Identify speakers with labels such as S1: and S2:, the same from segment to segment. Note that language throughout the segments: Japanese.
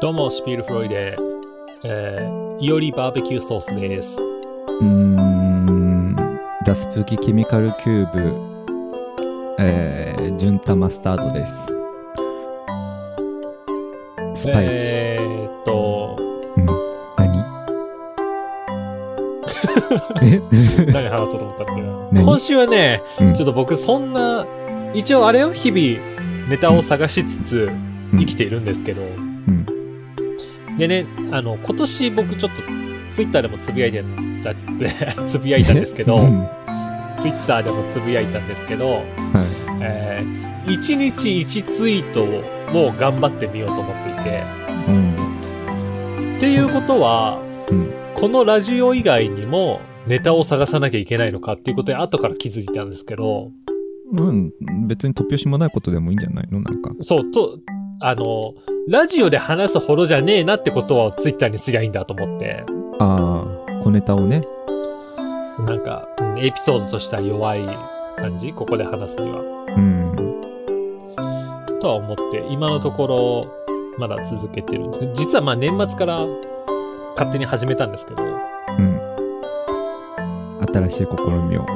S1: どうも、シュピールフロイデ、えー、いおりバーベキューソースです。
S2: うーん、ダスプキケミカルキューブ、えー、純玉マスタードです。スパイス。
S1: えーっと、
S2: 何 え
S1: 何話そうと思ったっけな。
S2: 何
S1: 今週はね、
S2: う ん
S1: ちょっと僕そんな、一応あれよ、日々ネタを探しつつ生きているんですけど、
S2: うん
S1: でね、あの、今年僕ちょっとツイッターでもつぶやいてた、 つぶやいたんですけど
S2: う、んは
S1: ツイッターでもつぶやいたんですけど、
S2: い。
S1: えー、1日1ツイートをもう頑張ってみようと思っていて、
S2: うん。
S1: っていうことは、
S2: うん
S1: このラジオ以外にもネタを探さなきゃいけないのかっていうことで後から気づいたんですけど、
S2: うん、別に突拍子もないことでもいいんじゃないのなんか。
S1: そう、と、あの、ラジオで話すほどじゃねえなってことはツイッターにすりゃいいんだと思って、
S2: ああ、小ネタをね。
S1: なんか、うんエピソードとしては弱い感じここで話すには。
S2: うん。
S1: とは思って、今のところ、まだ続けてるんですね実はまあ年末から勝手に始めたんですけど、
S2: うん。新しい試みを。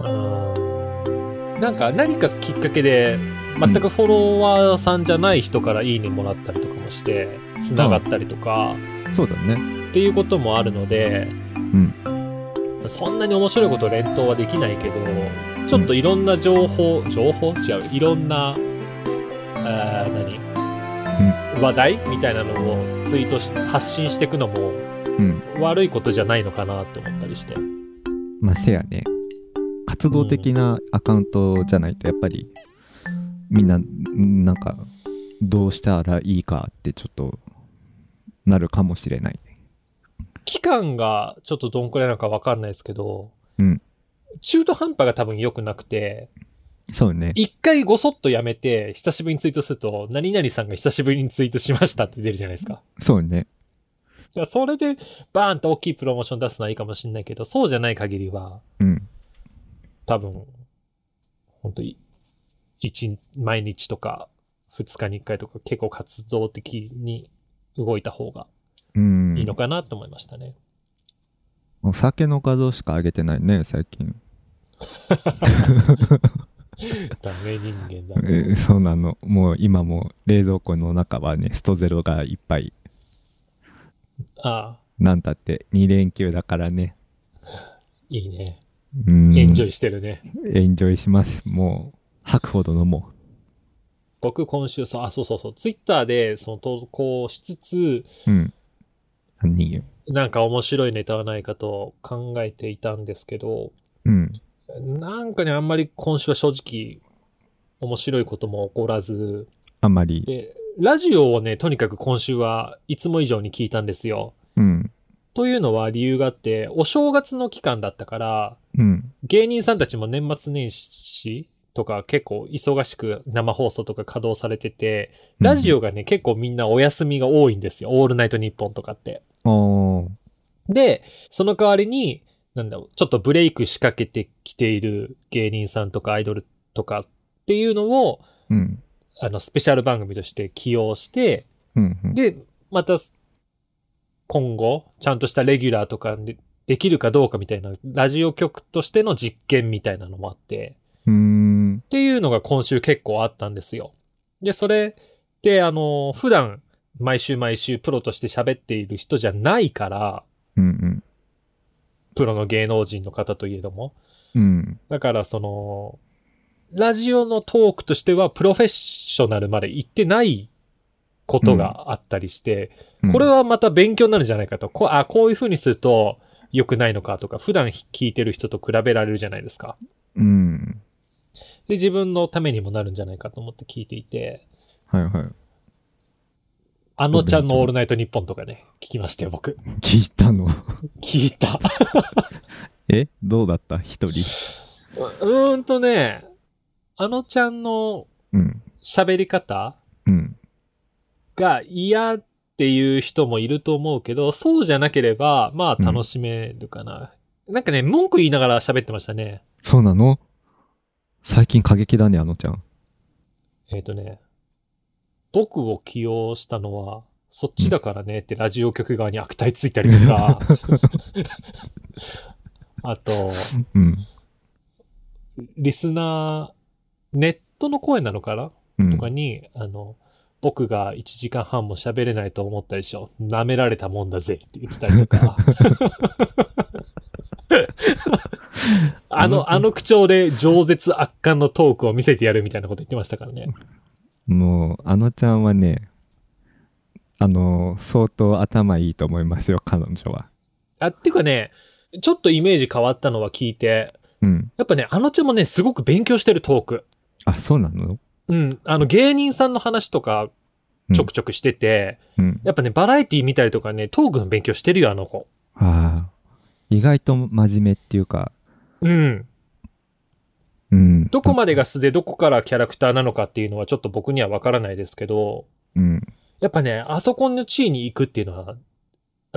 S1: うんなんか何かきっかけで全くフォロワーさんじゃない人からいいねもらったりとかもしてつながったりとか
S2: そうだね。
S1: っていうこともあるので、
S2: ん
S1: そんなに面白いこと連投はできないけどちょっといろんな情報情報違ういろんなあー何、話題みたいなのをツイートし発信していくのも
S2: うん。
S1: 悪いことじゃないのかなって思ったりして。
S2: まあせやね活動的なアカウントじゃないとやっぱりみんななんかどうしたらいいかってちょっとなるかもしれない
S1: 期間がちょっとどんくらいなのかわかんないですけど、
S2: うん
S1: 中途半端が多分良くなくて、
S2: そうね
S1: 一回ごそっとやめて、久しぶりにツイートすると、何々さんが久しぶりにツイートしましたって出るじゃないですか。だか
S2: そうね
S1: らそれで、バーンと大きいプロモーション出すのはいいかもしれないけど、そうじゃない限りは、
S2: うん
S1: 多分、本当に、一日、毎日とか、二日に一回とか、結構活動的に動いた方が
S2: うん
S1: いいのかなと思いましたね。
S2: お酒の画像しか上げてないね最近、
S1: ダメ人間
S2: え
S1: だな。
S2: ーそうなのもう今も冷蔵庫の中はねストゼロがいっぱい
S1: ああ、
S2: なんたって2連休だからね
S1: いいね。
S2: うん
S1: エンジョイしてるね。
S2: エンジョイしますもう吐くほど飲も
S1: 僕今週、そう、あ、そうそうそう、ツイッターでその投稿しつつ、
S2: ううん何よ
S1: なんか面白いネタはないかと考えていたんですけど、
S2: うん
S1: なんかね、あんまり今週は正直、面白いことも起こらず、
S2: あまり。
S1: で、ラジオをね、とにかく今週はいつも以上に聞いたんですよ。
S2: うん。
S1: というのは理由があって、お正月の期間だったから、
S2: うん。
S1: 芸人さんたちも年末年始とか結構忙しく生放送とか稼働されてて、ラジオがね、結構みんなお休みが多いんですよ。オールナイトニッポンとかって。
S2: オ。おー
S1: で、その代わりに、なんだろう、ちょっとブレイク仕掛けてきている芸人さんとかアイドルとかっていうのを、
S2: うん。
S1: あの、スペシャル番組として起用して、
S2: うん。うん、
S1: で、また、今後、ちゃんとしたレギュラーとかでできるかどうかみたいな、ラジオ局としての実験みたいなのもあって、
S2: うーん。
S1: っていうのが今週結構あったんですよ。で、それで、あの、普段、毎週毎週プロとして喋っている人じゃないから、
S2: うん。
S1: プロの芸能人の方といえども。
S2: うん。うん。
S1: だから、その、ラジオのトークとしてはプロフェッショナルまで行ってないことがあったりして、
S2: うん
S1: これ。はまた勉強になるんじゃないかと。こうあ、こういう風にすると良くないのかとか、普段聞いてる人と比べられるじゃないですか。
S2: うん。
S1: で、自分のためにもなるんじゃないかと思って聞いていて、
S2: はいは
S1: あのちゃんのオールナイトニッポンとかね、聞きましたよ、僕。
S2: い。聞いたの。
S1: 聞いた。
S2: えどうだった一人。
S1: うーんとね、あのちゃんの
S2: うん。
S1: 喋り方
S2: うん。
S1: が嫌っていう人もいると思うけど、そうじゃなければ、まあ楽しめるかな。なんかね、文句言いながら喋ってましたね。
S2: そうなの最近過激だね、あのちゃん。
S1: えっ、とね、僕を起用したのは、そっちだからねってラジオ局側に悪態ついたりと か、あと、
S2: うん。
S1: リスナー、ネットの声なのかな
S2: うん
S1: とかに、あの、僕が1時間半も喋れないと思ったでしょ。舐められたもんだぜって言ってたりと か。あの、あの口調で饒舌圧巻のトークを見せてやるみたいなこと言ってましたからね。
S2: もう、あのちゃんはね、あの、相当頭いいと思いますよ、彼女は。
S1: あ、っていうかね、ちょっとイメージ変わったのは聞いて、
S2: うん。
S1: やっぱね、あのちゃんもね、すごく勉強してるトーク。
S2: あ、そうなの
S1: うん、あの芸人さんの話とかちょくちょくしてて、
S2: うん。
S1: やっぱね、バラエティ見たりとかね、トークの勉強してるよ、あの子。
S2: ああ。意外と真面目っていうか、
S1: うん。
S2: うん。
S1: どこまでが素でどこからキャラクターなのかっていうのはちょっと僕にはわからないですけど、
S2: うん。
S1: やっぱね、あそこの地位に行くっていうのは、やっ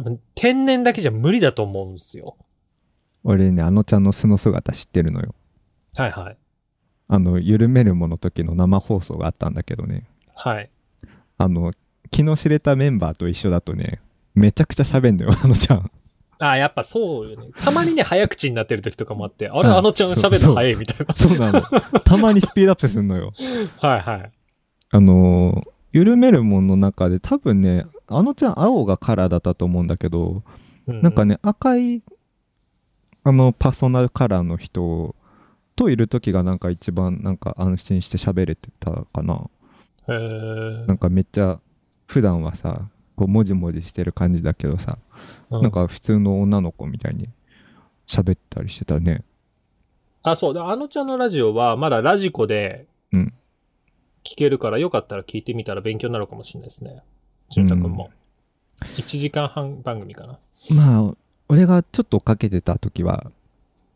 S1: ぱ天然だけじゃ無理だと思うんですよ。
S2: 俺ね、あのちゃんの素の姿知ってるのよ。
S1: はいはい。
S2: あの、緩めるもの時の生放送があったんだけどね。
S1: はい。
S2: あの、気の知れたメンバーと一緒だとね、めちゃくちゃ喋んのよ、 あのちゃん。
S1: ああ、やっぱそうよね。たまにね、早口になってる時とかもあって、あ
S2: う
S1: れ、
S2: ん
S1: あのちゃん喋るの早いみたいな。
S2: そうなの。たまにスピードアップするのよ。
S1: はいはい。
S2: あのー緩めるもんの中で多分ねあのちゃん青がカラーだったと思うんだけど、
S1: う
S2: なんか、ね赤いあのパーソナルカラーの人といる時がなんか一番なんか安心して喋れてたかな
S1: へー
S2: なんかめっちゃ普段はさこうもじもじしてる感じだけどさ、
S1: う
S2: なんか普通の女の子みたいに喋ったりしてたね
S1: あ、そう。であのちゃんのラジオは、まだラジコで、
S2: うん
S1: 聞けるから、よかったら聞いてみたら勉強になるかもしれないですね。潤太くんも。1時間半番組かな。
S2: まあ俺がちょっとかけてた時は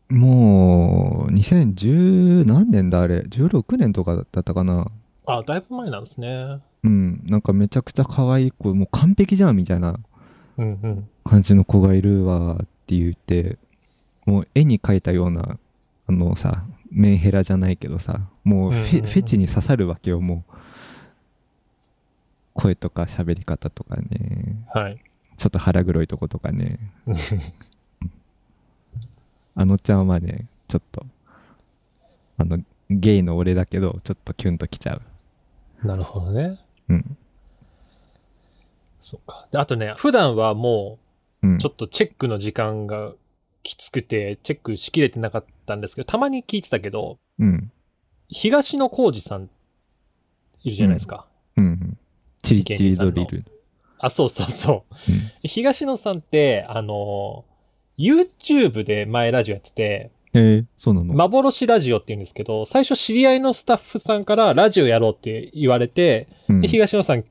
S2: もう2010何年だあれ16年とかだったかな
S1: あ、だいぶ前なんですね。
S2: うんなんかめちゃくちゃ可愛い子もう完璧じゃんみたいな
S1: うんうん。
S2: 感じの子がいるわって言ってもう絵に描いたようなあのさメンヘラじゃないけどさもうフェ,、
S1: うんうんうん
S2: フェチに刺さるわけよもう声とか喋り方とかね
S1: はい。
S2: ちょっと腹黒いとことかね あのちゃんはね、ちょっと、あの、ゲイの俺だけど、ちょっとキュンときちゃう。
S1: なるほどね。
S2: うん。
S1: そっか。であとね、普段はも
S2: うん、
S1: う、ちょっとチェックの時間がきつくて、チェックしきれてなかったんですけど、たまに聞いてたけど、
S2: うん。
S1: 東野幸治さん、いるじゃないですか。
S2: うん。チリチリドリル。
S1: あ、そうそうそう。東野さんって、あの、YouTube で前ラジオやってて、
S2: えー、そうなの、
S1: 幻ラジオって言うんですけど、最初知り合いのスタッフさんからラジオやろうって言われて、
S2: うん
S1: で東野さん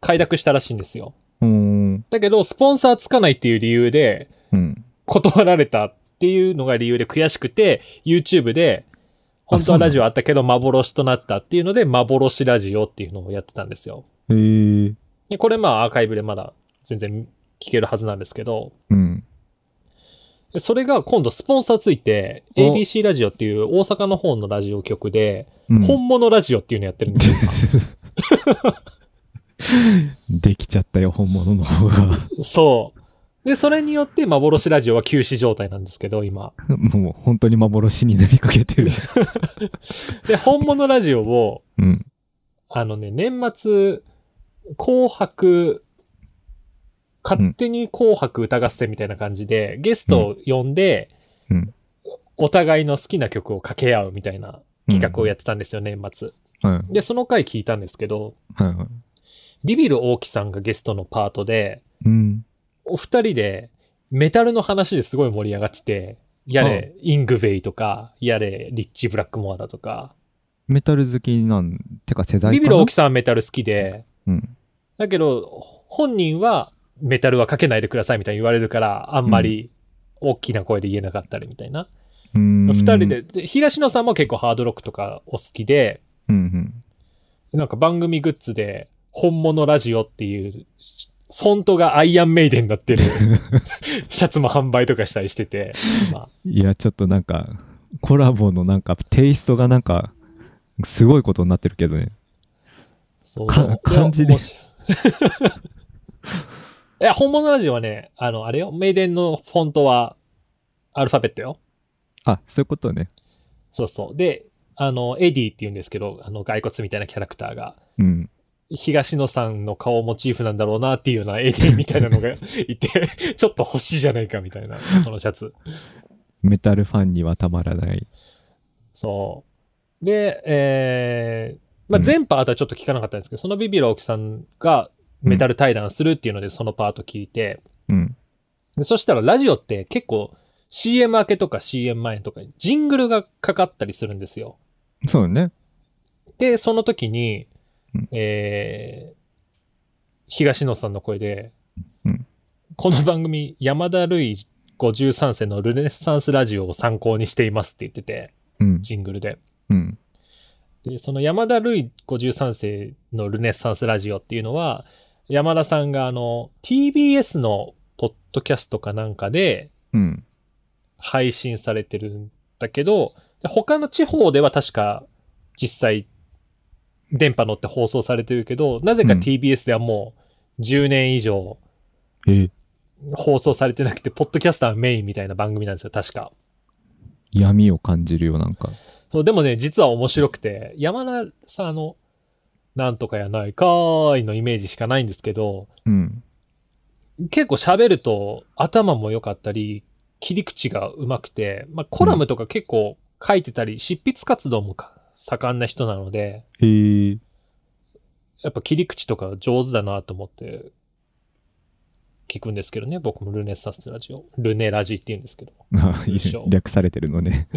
S1: 快諾したらしいんですよ。
S2: うーん。
S1: だけど、スポンサーつかないっていう理由で、
S2: うん。
S1: 断られたっていうのが理由で悔しくて、YouTube で、
S2: あ
S1: 本当はラジオあったけど幻となったっていうので、幻ラジオっていうのをやってたんですよ。
S2: えー、
S1: で、これまあアーカイブでまだ全然聞けるはずなんですけど、
S2: うん。
S1: でそれが今度スポンサーついて、
S2: お
S1: ABC ラジオっていう大阪の方のラジオ局で、
S2: うん、
S1: 本物ラジオっていうのやってるんですよ。
S2: できちゃったよ、本物の方が。
S1: そう。で、それによって幻ラジオは休止状態なんですけど、今。
S2: もう本当に幻になりかけ てる。
S1: で、本物ラジオを、
S2: うん。
S1: あのね、年末、紅白、勝手に紅白歌合戦みたいな感じで、ゲストを呼んで、
S2: うん
S1: お互いの好きな曲を掛け合うみたいな企画をやってたんですよ、年末。
S2: うん。はい
S1: で、その回聞いたんですけど、
S2: はいはい。
S1: ビビる大木さんがゲストのパートで、
S2: うん。
S1: お二人でメタルの話ですごい盛り上がってて、やれ、イングベイとか、やれ、リッチ・ブラックモアだとか、
S2: メタル好きなん、てか世代かな
S1: ビビる大木さんはメタル好きで、
S2: うん。
S1: だけど、本人はメタルはかけないでくださいみたいに言われるから、あんまり大きな声で言えなかったりみたいな。
S2: うーん。
S1: 二人で。で、東野さんも結構ハードロックとかお好きで、
S2: うんうん。
S1: なんか番組グッズで、本物ラジオっていう、フォントがアイアンメイデンにな ってるシャツも販売とかしたりしてて、今
S2: いや、ちょっとなんか、コラボのなんか、テイストがなんか、すごいことになってるけどね。
S1: そう
S2: か
S1: いや
S2: 漢字で
S1: 面白 いいや、本物ラジオはね、あの、あれよ、メイデンのフォントはアルファベットよ。
S2: あそういうことね
S1: そうそう。で、あの、エディって言うんですけど、あの、骸骨みたいなキャラクターが、
S2: うん
S1: 東野さんの顔をモチーフなんだろうなっていうようなエディみたいなのがいて、 ちょっと欲しいじゃないかみたいな、そのシャツ。
S2: メタルファンにはたまらない
S1: そう。で、えー、まあ、前パートはちょっと聞かなかったんですけど、そのビビラオキさんがメタル対談するっていうので、そのパート聞いて、
S2: うん
S1: でそしたらラジオって結構 CM 明けとか CM 前とかにジングルがかかったりするんですよ。
S2: そうね
S1: で、その時に、
S2: うん
S1: えー東野さんの声で、
S2: うん
S1: この番組山田るい53世のルネッサンスラジオを参考にしていますって言ってて、
S2: うん
S1: ジングルで。
S2: うん
S1: で、その山田るい53世のルネッサンスラジオっていうのは、山田さんがあの TBS のポッドキャストかなんかで、
S2: うん
S1: 配信されてるんだけど、で他の地方では確か実際電波乗って放送されてるけど、なぜか
S2: うん
S1: TBS ではもう10年以上
S2: え
S1: 放送されてなくて、ポッドキャスターメインみたいな番組なんですよ、確か。
S2: 闇を感じるよなんか
S1: そうでもね、実は面白くて、山田さんあの、なんとかやないかーいのイメージしかないんですけど、
S2: うん
S1: 結構喋ると頭も良かったり、切り口がうまくて、まあ、コラムとか結構書いてたり、執筆活動もか盛んな人なので、
S2: へ え
S1: やっぱ切り口とか上手だなと思って聞くんですけどね、僕もルネサスラジオ、ルネラジって言うんですけど。
S2: あいいね
S1: 通称
S2: 略されてるのね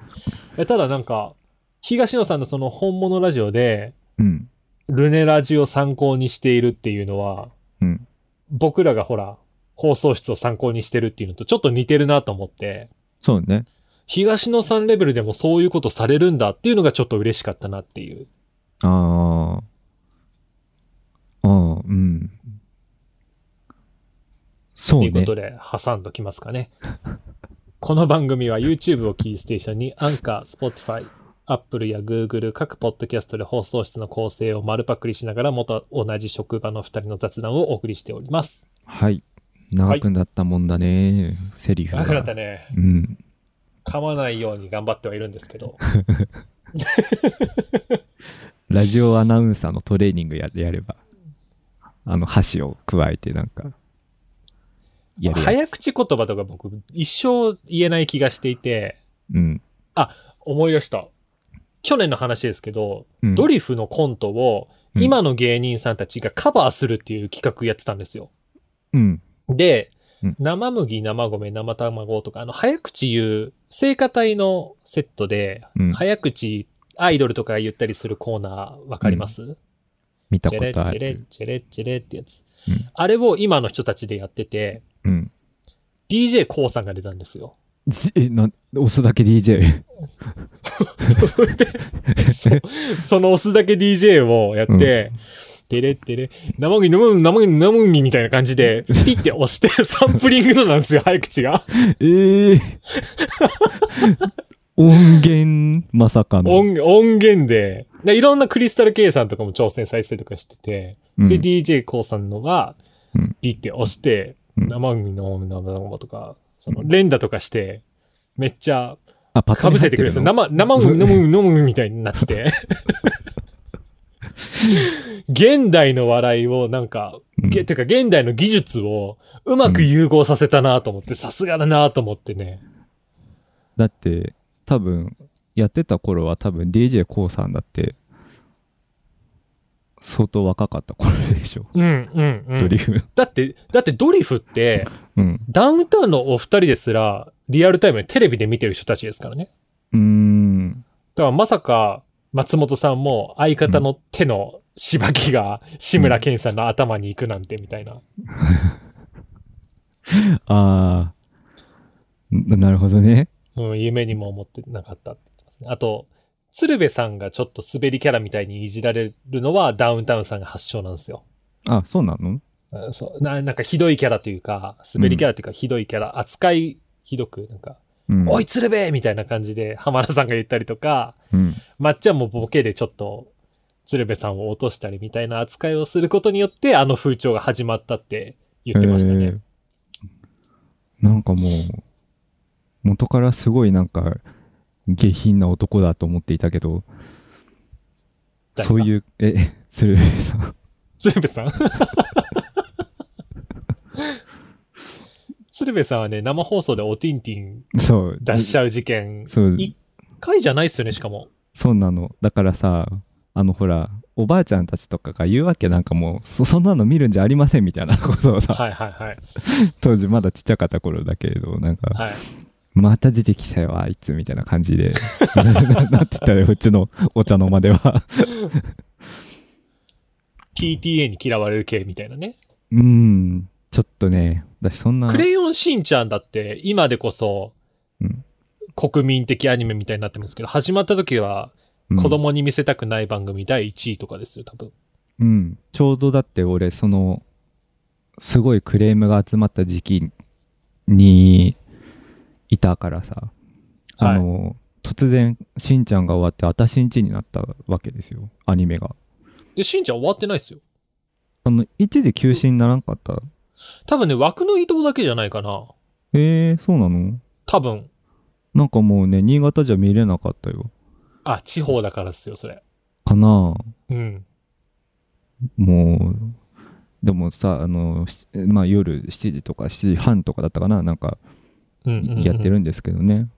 S1: えただなんか、東野さんのその本物ラジオで、
S2: うん
S1: ルネラジを参考にしているっていうのは、
S2: うん
S1: 僕らがほら、放送室を参考にしてるっていうのとちょっと似てるなと思って、
S2: そうね
S1: 東野さんレベルでもそういうことされるんだっていうのがちょっと嬉しかったなっていう。
S2: ああ。ああ、うん。そ
S1: と
S2: う
S1: いうこ
S2: ね
S1: と。で挟んどきますか ね。この番組は YouTube をキーステーションにアンカー、Spotify、Apple や Google 各ポッドキャストで放送室の構成を丸パクリしながら元同じ職場の2人の雑談をお送りしております。
S2: はい。長くなったもんだね、セリフが。
S1: だからだね、
S2: うん。
S1: 噛まないように頑張ってはいるんですけど、
S2: ラジオアナウンサーのトレーニングややれば、あの、箸を加えて、なんか、やるや
S1: 早口言葉とか僕一生言えない気がしていて、
S2: うん。
S1: 思い出した。去年の話ですけど、
S2: うん、
S1: ドリフのコントを
S2: うん
S1: 今の芸人さんたちがカバーするっていう企画やってたんですよ。
S2: うん。
S1: で、
S2: うん
S1: 生麦、生米、生卵とか、あの、早口言う、聖歌隊のセットで、
S2: うん
S1: 早口アイドルとかが言ったりするコーナーわかります、
S2: 見た
S1: チ
S2: こ
S1: ェレチ
S2: とあ
S1: ェレ
S2: る。
S1: チェレチェレってやつ。
S2: うん
S1: あれを今の人たちでやってて、
S2: うん。
S1: d j k o さんが出たんですよ。
S2: じ え、な、押すだけ DJ。
S1: それで、そその押すだけ DJ をやって、てれってれ、生麦、生麦、生麦、生麦みたいな感じで、ピッて押して、 サンプリングのなんですよ、早口が。
S2: ええ 音源、まさかの。
S1: 音音源ででいろんなクリスタル K さんとかも挑戦されてたりとかしてて、
S2: うん
S1: で、d j k o さんのが
S2: うん、
S1: ピッて押して、
S2: うん
S1: 生麦、生麦、生麦とか、その連打とかして、めっちゃ
S2: あ、パ
S1: か
S2: ターン
S1: ぶ
S2: に入
S1: せ
S2: っ
S1: て
S2: て
S1: くれるんですよ。
S2: の
S1: 生、生麦、生麦、生麦みたいになって て。現代の笑いをなんか、
S2: うん
S1: げてか現代の技術をうまく融合させたなと思って、さすがだなと思ってね。
S2: だって多分やってた頃は多分 d j k o さんだって相当若かった頃でしょ、
S1: うんうんう
S2: ドリ
S1: ん。
S2: フ
S1: だって、だってドリフって、
S2: うん
S1: ダウンタウンのお二人ですら、リアルタイムでテレビで見てる人たちですからね。
S2: うーん
S1: だからまさか、松本さんも相方の手のしばきが志村けんさんの頭に行くなんてみたいな。
S2: あーななるほどね
S1: うん、夢にも思ってなかったって言ってますね。あと、鶴瓶さんがちょっと滑りキャラみたいにいじられるのはダウンタウンさんが発祥なんですよ。
S2: あそうなの
S1: うんそうななんかひどいキャラというか、滑りキャラというかひどいキャラ、扱いひどく、なんか、
S2: うん
S1: おい鶴瓶みたいな感じで浜田さんが言ったりとか、
S2: うん
S1: まっちゃんもボケでちょっと鶴瓶さんを落としたりみたいな扱いをすることによって、あの風潮が始まったって言ってましたね。
S2: えーなんかもう元からすごいなんか下品な男だと思っていたけど
S1: 誰か
S2: そういうえ鶴瓶さん
S1: 鶴瓶さん鶴瓶さんはね、生放送でおティンティン
S2: そう
S1: 出しちゃう事件、
S2: そう
S1: 一回じゃないっすよね、しかも。
S2: そうなのだからさあのほらおばあちゃんたちとかが言うわけなんかもうそそんなの見るんじゃありませんみたいなことを さ、
S1: はいはいはい。
S2: 当時まだちっちゃかった頃だけれどなんか、
S1: はい、
S2: また出てきたよあいつみたいな感じで ななってたようちのお茶の間では
S1: TTA に嫌われる系みたいなね。
S2: うんちょっとね私そんな
S1: クレヨンしんちゃんだって今でこそ
S2: うん
S1: 国民的アニメみたいになってますけど始まった時は
S2: うん
S1: 子供に見せたくない番組第1位とかですよ多分
S2: うん、ちょうどだって俺そのすごいクレームが集まった時期にいたからさ、あの突然しんちゃんが終わって私んちになったわけですよアニメが
S1: でしんちゃん終わってないですよ
S2: あの一時休止にならんかった
S1: 多分ね枠の移動だけじゃないかな
S2: えー、そうなの
S1: 多分
S2: なんかもうね新潟じゃ見れなかったよ
S1: あ地方だからですよそれ
S2: かな
S1: うん
S2: もうでもさあの、しまあ、夜7時とか7時半とかだったかななんか
S1: うんうんうん
S2: やってるんですけどね、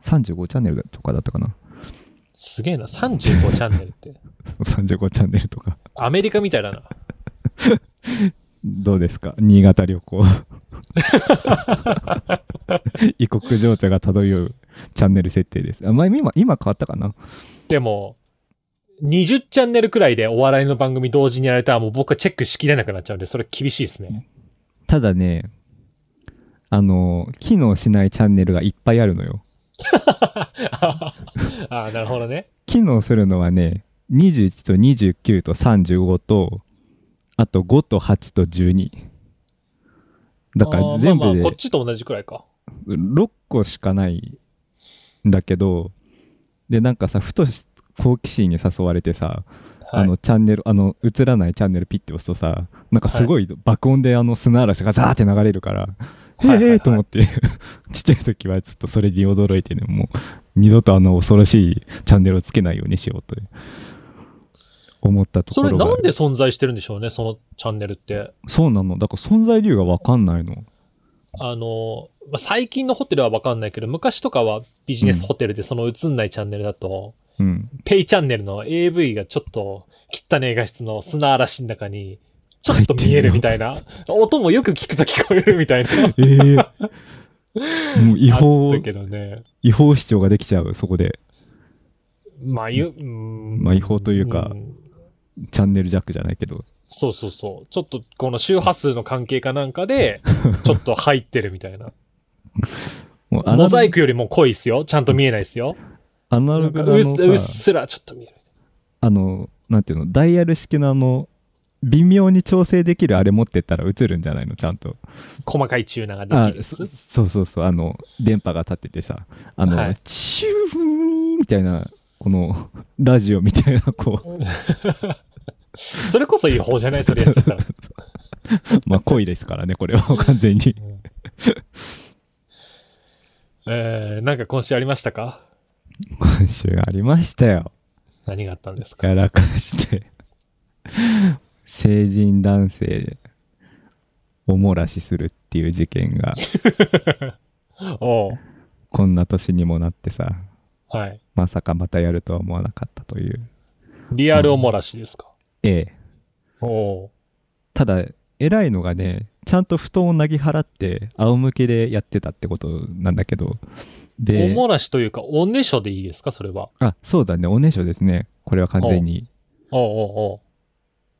S2: 35チャンネルとかだったかな
S1: すげえな35チャンネルって
S2: 35チャンネルとか
S1: アメリカみたいだな
S2: どうですか新潟旅行 異国情緒が漂うチャンネル設定ですあ、まあ、今今変わったかな
S1: でも20チャンネルくらいでお笑いの番組同時にやられたらもう僕はチェックしきれなくなっちゃうんでそれ厳しいですね
S2: ただねあの機能しないチャンネルがいっぱいあるのよ
S1: ああ、なるほどね。
S2: 機能するのはね21と29と35とあと5と8と12だか
S1: あー
S2: ら全部
S1: まあま
S2: で
S1: あこっちと同じくらいか。
S2: 6個しかないんだけどでなんかさふとし好奇心に誘われてさ、
S1: はい
S2: あのチャンネルあの映らないチャンネルピッて押すとさなんかすごい爆音であの砂嵐がザーって流れるから、
S1: いはいはい
S2: ええー、と思って ちっちゃい時はちょっとそれに驚いてねもう二度とあの恐ろしいチャンネルをつけないようにしようと思ったと
S1: そ
S2: こ
S1: れ
S2: ろが
S1: なんで存在してるんでしょうね、そのチャンネルって。
S2: そうなのだから存在理由が分かんないの
S1: あの、まあ、最近のホテルはわかんないけど、昔とかはビジネスホテルでその映んないチャンネルだと、
S2: うん
S1: ペイチャンネルの AV がちょっと汚ね画質の砂嵐の中に、ちょっと見えるみたいな。音もよく聞くと聞こえるみたいな。
S2: ええ もう違法
S1: あったけどね。
S2: 違法主張ができちゃうそこで
S1: まあ、ゆ、うーん
S2: まあ違法というか
S1: ん
S2: チャンネルジャックじゃないけど
S1: そうそうそう。ちょっとこの周波数の関係かなんかで、ちょっと入ってるみたいな。
S2: もうアナ
S1: モザ
S2: ロ
S1: イ
S2: グ
S1: クよりも濃いっすよ。ちゃんと見えないっすよ。
S2: ア
S1: な
S2: ナロ
S1: んか
S2: グ
S1: う
S2: の
S1: っ
S2: あ
S1: う
S2: の
S1: っ
S2: さ
S1: すらちょっと見える。
S2: あのなんていうのダイヤル式のあの微妙に調整できるあれ持ってったら映るんじゃないのちゃんと
S1: 細かいチューナーが
S2: あ
S1: できるや
S2: そ
S1: つ。
S2: そうそうそうあの電波が立っててさあの、
S1: はい
S2: チューンみたいなこのラジオみたいなこ
S1: それこそ違法じゃないそれやっちゃったら。
S2: うまあ恋ですからねこれは完全 に
S1: うんえー、なんか今週ありましたか
S2: 今週がありましたよ
S1: 何があったんですか
S2: やらかして成人男性でお漏らしするっていう事件が
S1: おう
S2: こんな年にもなってさ
S1: はい。
S2: まさかまたやるとは思わなかったという
S1: リアルおもらしですか、
S2: ええ
S1: おう
S2: ただ偉いのがねちゃんと布団をなぎ払って仰向けでやってたってことなんだけ
S1: お
S2: どで
S1: もらしというか、おねしょでいいですかそれは。
S2: あそうだねおねしょですねこれは完全に
S1: おうおうおう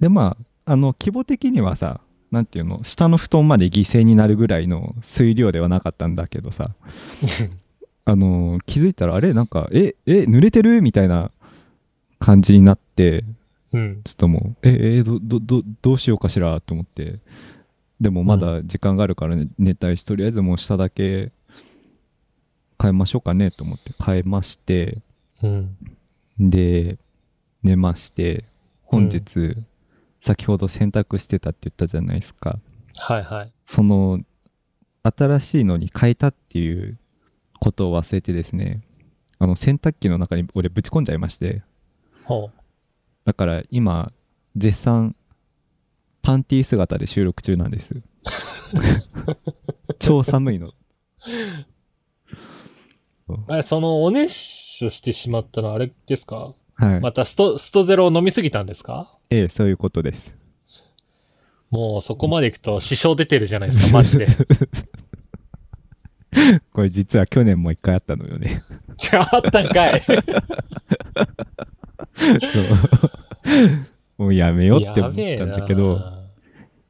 S2: でまああの規模的にはさなんていうの下の布団まで犠牲になるぐらいの水量ではなかったんだけどさあの気づいたらあれなんかええ濡れてるみたいな感じになって
S1: うん。
S2: ちょっともうええどどどどうしようかしらと思ってでもまだ時間があるから、ね寝たいしとりあえずもう下だけ変えましょうかねと思って変えまして
S1: うん。
S2: で寝まして本日、先ほど選択してたって言ったじゃないですか
S1: はいはい。
S2: その新しいのに変えたっていうことを忘れてですねあの洗濯機の中に俺ぶち込んじゃいまして
S1: ほ
S2: だから今絶賛パンティー姿で収録中なんです超寒いの
S1: う。あその、おねしょしてしまったのあれですか
S2: はい、
S1: またスト、ストゼロを飲みすぎたんですか
S2: ええそういうことです
S1: もうそこまで行くと支障出てるじゃないです か、マジで。違
S2: これ実は去年も一回あったのよね
S1: ったんかい。
S2: そうもう やめようって思ったんだけど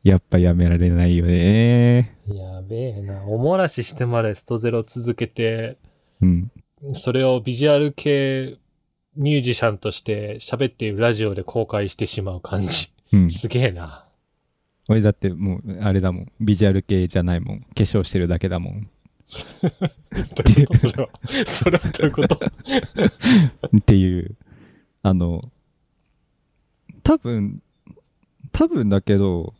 S2: やっぱやめられないよね
S1: やべえな。おもらししてまでストゼロ続けて、
S2: うん
S1: それをビジュアル系ミュージシャンとして喋っているラジオで公開してしまう感じ。
S2: うん
S1: すげえな。
S2: 俺だってもうあれだもんビジュアル系じゃないもん化粧してるだけだもん
S1: どういうこと それは。それはどういうこと
S2: っていうあの多分多分だけど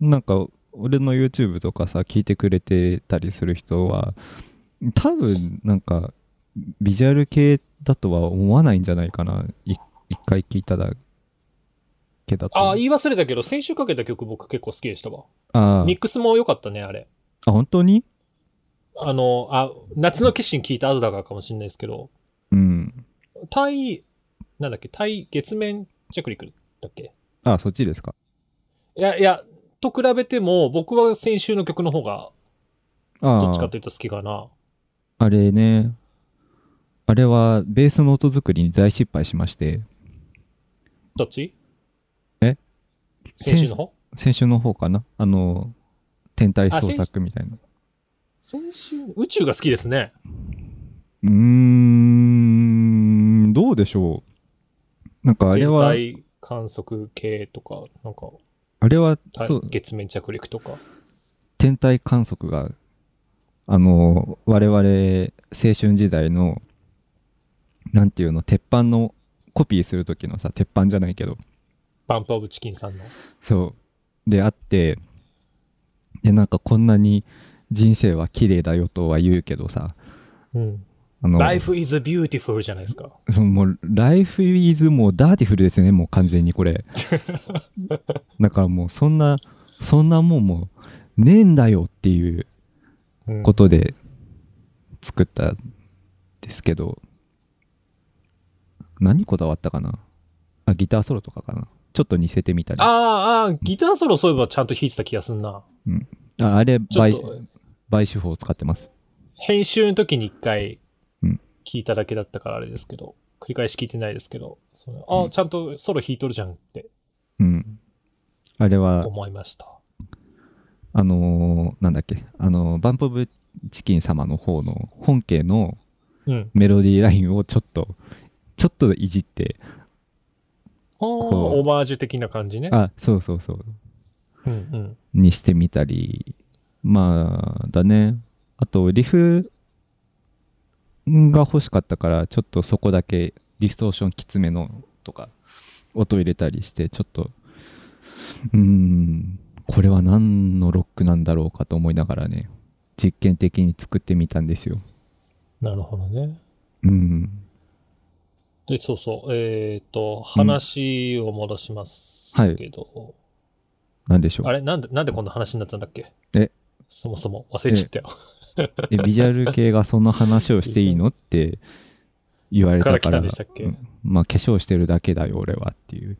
S2: なんか俺の YouTube とかさ聞いてくれてたりする人は多分なんかビジュアル系だとは思わないんじゃないかない一回聞いただけだと
S1: あ、言い忘れたけど、先週かけた曲僕結構好きでしたわ。
S2: あ
S1: ミックスも良かったね、あれ。
S2: あ本当に
S1: あの、あ、夏の決心聞いた後だからかもしれないですけど、
S2: うん
S1: 対、なんだっけ、対月面着陸だっけ
S2: あそっちですか
S1: いやいや、と比べても、僕は先週の曲の方が、
S2: ああ
S1: どっちかというと好きかな。
S2: あれね、あれはベースの音作りに大失敗しまして、
S1: どっち
S2: え
S1: 先週の方
S2: 先週の方かなあの、天体創
S1: あ先週
S2: 作みたいな。
S1: 先週宇宙が好きですね。
S2: うーん、どうでしょう。なんかあれは、
S1: 天体観測系とか、なんか、
S2: あれは、
S1: た
S2: そう、
S1: 月面着陸とか。
S2: 天体観測が、あの、我々青春時代の、なんていうの、鉄板の、コピーする時のさ、鉄板じゃないけど、
S1: バンプオブチキンさんの。
S2: そうであってでなんかこんなに人生は綺麗だよとは言うけどさ
S1: うん。
S2: あの
S1: Life is beautiful じゃないですか。
S2: そのもうライフイズもうダーティフルですねもう完全に これだからもうそんなそんなもんもうねえんだよっていう
S1: うん
S2: ことで作ったんですけど、何こだわったかなあギターソロとかかなちょっと似せてみたりあ
S1: ああ、ああ、ギターソロそういえばちゃんと弾いてた気がすんな。
S2: あれ
S1: ちょっ
S2: 買
S1: と、
S2: 買手法を使ってます
S1: 編集の時に一回
S2: うん
S1: 聞いただけだったからあれですけど、繰り返し聞いてないですけど、そのあ、
S2: うん
S1: ちゃんとソロ弾いとるじゃんって
S2: うん。あれは、
S1: 思いました。
S2: あのーなんだっけ、あのーバンプオブチキン様の方の本家の
S1: うん。
S2: メロディーラインをちょっと、ちょっといじって、
S1: あー
S2: こう
S1: オマージュ的な感じね。
S2: あ、そうそうそう、
S1: うんうん。
S2: にしてみたり、まあ、だね。あと、リフが欲しかったから、ちょっとそこだけディストーションきつめのとか、音入れたりして、ちょっと、うーん、これは何のロックなんだろうかと思いながらね、実験的に作ってみたんですよ。
S1: なるほどね。
S2: うん。
S1: で、そうそう。えっ、と、話を戻しますけど、
S2: なんでしょう
S1: あ。れなんで、なんでこんな話になったんだっけ
S2: え
S1: そもそも忘れちゃったよ。
S2: え、ビジュアル系がその話をしていいのって言われた
S1: か
S2: か
S1: 来た
S2: らら。
S1: んでしたっけ、
S2: うんまあ化粧してるだけだよ俺はっていう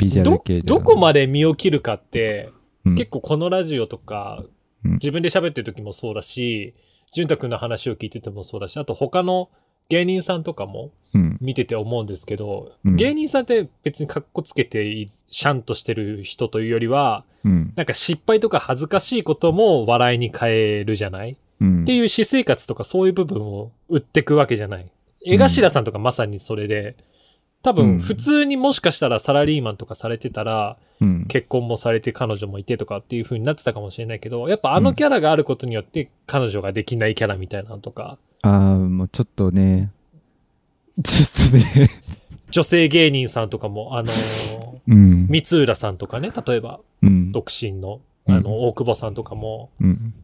S2: ビジュアル
S1: ど
S2: 系
S1: どこまで
S2: で、
S1: 身を切るかって、
S2: うん
S1: 結構このラジオとか、
S2: うん
S1: 自分で喋ってる時もそうだし、潤太くんの話を聞いててもそうだし、あと他の芸人さんとかも
S2: うん
S1: 見てて思うんですけど、
S2: うん
S1: 芸人さんって別に格好つけていいシャンとしてる人というよりは、
S2: うん
S1: なんか失敗とか恥ずかしいことも笑いに変えるじゃない
S2: うん
S1: っていう私生活とかそういう部分を売ってくわけじゃない。江頭さんとかまさにそれで、多
S2: う
S1: 分
S2: ん
S1: 普通にもしかしたらサラリーマンとかされてたら、
S2: うん
S1: 結婚もされて彼女もいてとかっていう風になってたかもしれないけど、やっぱあのキャラがあることによって彼女ができないキャラみたいなのとか、
S2: ああもうちょっとねちょっとね
S1: 女性芸人さんとかも、あの ー
S2: うん
S1: 三浦さんとかね、例えば、
S2: うん
S1: 独身の、
S2: うん
S1: あの、大久保さんとかも、
S2: うん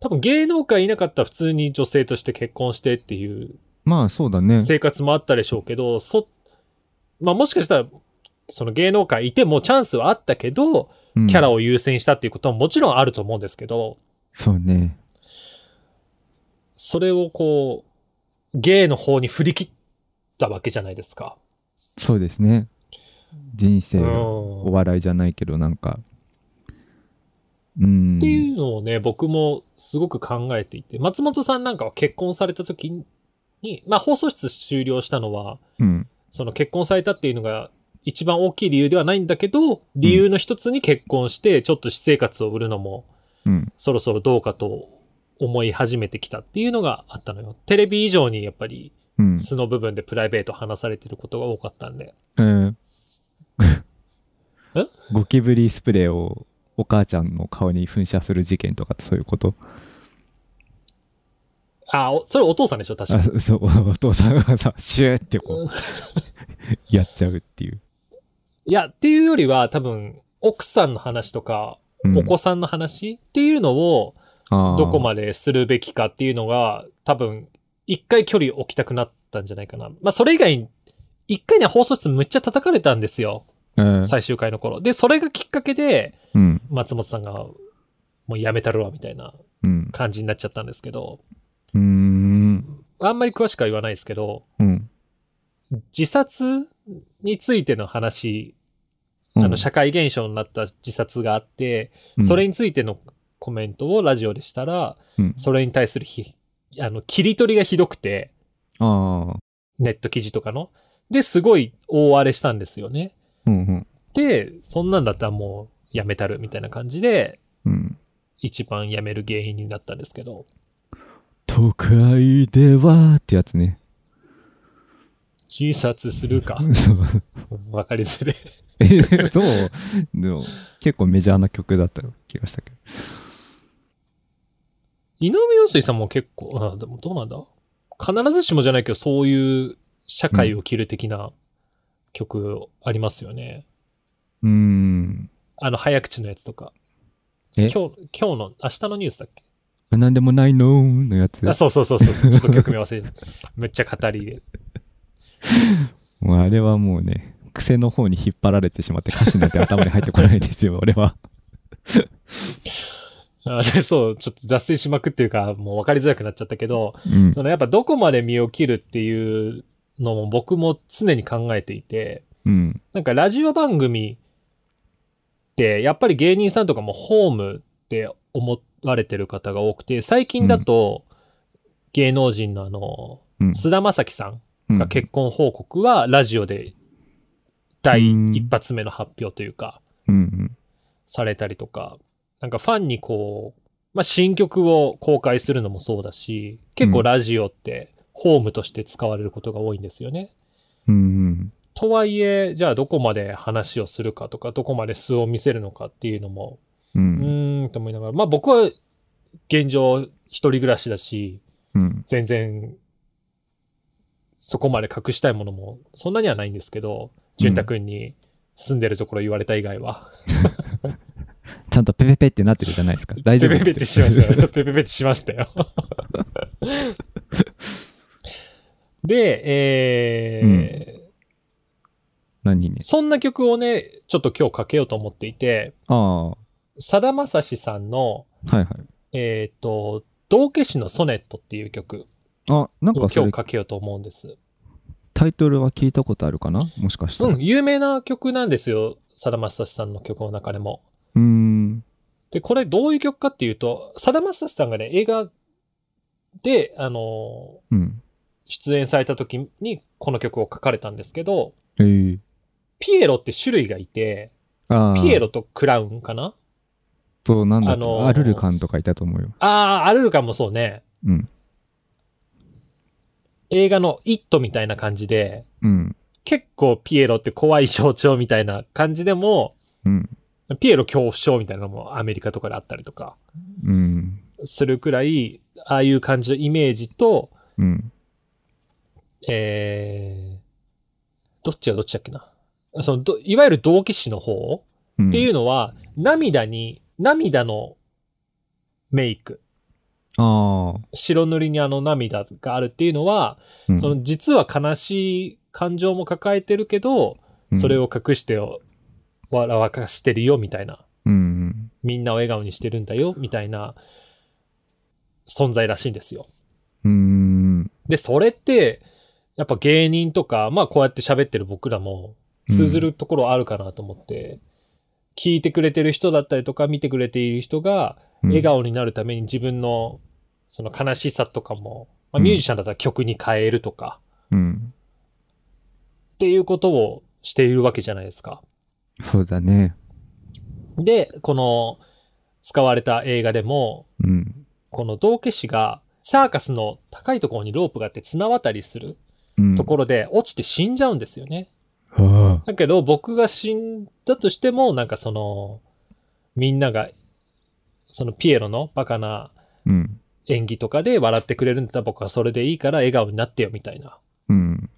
S1: 多分芸能界いなかったら普通に女性として結婚してっていう
S2: まあそうだね
S1: 生活もあったでしょうけど、そ、まあもしかしたら、その芸能界いてもチャンスはあったけど、キャラ
S2: を
S1: を優先したっていうことももちろんあると思うんですけど、
S2: そうね
S1: それをこう、芸の方に振り切ったわけじゃないですか。
S2: そうですね人生
S1: うん
S2: がお笑いじゃないけどなんかうん
S1: っていうのをね、僕もすごく考えていて、松本さんなんかは結婚された時に、まあ放送室終了したのは、
S2: うん
S1: その結婚されたっていうのが一番大きい理由ではないんだけど、理由の一つに結婚して、ちょっと私生活を売るのも
S2: うん
S1: そろそろどうかと思い始めてきたっていうのがあったのよ。テレビ以上にやっぱり
S2: うん
S1: 素の部分でプライベート話されてることが多かったんで。
S2: えー
S1: え
S2: ゴキブリスプレーをお母ちゃんの顔に噴射する事件とかってそういうこと
S1: あ、おそれお父さんでしょ確か
S2: あそうお父さんがさシューってこうやっちゃうっていう、
S1: いや、っていうよりは多分、奥さんの話とか、
S2: うん
S1: お子さんの話っていうのを、
S2: あー
S1: どこまでするべきかっていうのが、多分、一回距離を置きたくなったんじゃないかな。まあ、それ以外に、一回ね、放送室むっちゃ叩かれたんですよ。
S2: うん
S1: 最終回の頃。で、それがきっかけで、
S2: うん
S1: 松本さんが、もうやめたるわ、みたいな
S2: うん
S1: 感じになっちゃったんですけど、
S2: うーん
S1: あんまり詳しくは言わないですけど、
S2: うん
S1: 自殺についての話、
S2: うん
S1: あの、社会現象になった自殺があって、それについてのコメントをラジオでしたら、
S2: うん
S1: それに対するひあの切り取りがひどくて、
S2: ああ
S1: ネット記事とかの。で、すごい大荒れしたんですよね。
S2: うんうん
S1: で、そんなんだったらもうやめたるみたいな感じで、
S2: うん
S1: 一番やめる原因になったんですけど。
S2: 都会ではってやつね
S1: 自殺するか。
S2: そう
S1: わかりづれ。
S2: えそうでも結構メジャーな曲だった気がしたけど
S1: 井上陽水さんも結構、あでもどうなんだ必ずしもじゃないけど、そういう社会を切る的な曲ありますよね。
S2: うーん
S1: あの、早口のやつとか。
S2: え
S1: 今日、今日の、明日のニュースだっけ
S2: なんでもないののやつ
S1: あ、そうそうそうそうそう。ちょっと曲名忘れてた。めっちゃ語りで。
S2: もうあれはもうね癖の方に引っ張られてしまって歌詞なんて頭に入ってこないで すよ俺は
S1: あでそう、ちょっと脱線しまくっていうか、もう分かりづらくなっちゃったけど、
S2: うん
S1: そのやっぱどこまで身を切るっていうのも僕も常に考えていて、
S2: うん
S1: なんかラジオ番組って、やっぱり芸人さんとかもホームって思われてる方が多くて、最近だと芸能人のあの、
S2: うん
S1: 菅田将暉さん
S2: うん
S1: が結婚報告はラジオで第一発目の発表というか、
S2: うん
S1: されたりとか、なんかファンにこう、まあ、新曲を公開するのもそうだし、結
S2: う
S1: 構
S2: ん
S1: ラジオってホームとして使われることが多いんですよね。
S2: うんうん
S1: とはいえ、じゃあどこまで話をするかとか、どこまで素を見せるのかっていうのも、
S2: う
S1: うんーんと思いながら、まあ僕は現状一人暮らしだし、
S2: うん
S1: 全然そこまで隠したいものもそんなにはないんですけど、潤太くんに住んでるところ言われた以外は。
S2: ちゃんとペペペってなってるじゃないですか大丈夫
S1: ペペペっ
S2: で
S1: て
S2: す
S1: し
S2: よ
S1: ま したよ。 ペペペってしましたよ。で、えー
S2: 何ね
S1: そんな曲をね、ちょっと今日かけようと思っていて、
S2: ああは
S1: さだまさしさんの、
S2: いはい
S1: えっ、と、道化師のソネットっていう曲
S2: あなん
S1: を
S2: かそ
S1: 今
S2: れ
S1: 日かけようと思うんです。
S2: タイトルは聞いたことあるかなもしかしたら
S1: うん、有名な曲なんですよ。さだまさしさんの曲の中でも。
S2: うーん
S1: で、これどういう曲かっていうと、さだまさしさんがね、映画で、あのー
S2: うん
S1: 出演された時にこの曲を書かれたんですけど、
S2: えー
S1: ピエロって種類がいて、
S2: ああ
S1: ピエロとクラウンかな
S2: となんだっけ
S1: あのー
S2: アルルカンとかいたと思うよ
S1: ああ、アルルカンもそうね。
S2: うん
S1: 映画のイットみたいな感じで、
S2: うん
S1: 結構ピエロって怖い象徴みたいな感じでも、
S2: うん
S1: ピエロ恐怖症みたいなのもアメリカとかであったりとか
S2: うん
S1: するくらい、ああいう感じのイメージと、
S2: うん
S1: えー、どっちがどっちだっけな。そのどいわゆる同期視の方
S2: うん
S1: っていうのは、涙に、涙のメイク、
S2: ああ、
S1: 白塗りにあの涙があるっていうのは、
S2: うん
S1: その実は悲しい感情も抱えてるけど、
S2: うん
S1: それを隠してよ笑わかしてるよみたいな、
S2: うん
S1: みんなを笑顔にしてるんだよみたいな存在らしいんですよ。
S2: うんうん
S1: で、それって、やっぱ芸人とか、まあこうやって喋ってる僕らも通ずるところあるかなと思って、聞いてくれてる人だったりとか見てくれている人が
S2: うん
S1: 笑顔になるために自分のその悲しさとかも、まあ、
S2: うん
S1: ミュージシャンだったら曲に変えるとか
S2: うん
S1: っていうことをしているわけじゃないですか。
S2: そうだね
S1: で、この使われた映画でも、
S2: うん
S1: この道化師がサーカスの高いところにロープがあって綱渡りする
S2: うん
S1: ところで落ちて死んじゃうんですよね。
S2: ああ
S1: だけど僕が死んだとしてもなんかそのみんながそのピエロのバカな
S2: うん
S1: 演技とかで笑ってくれるんだったら僕はそれでいいから笑顔になってよみたいな
S2: うん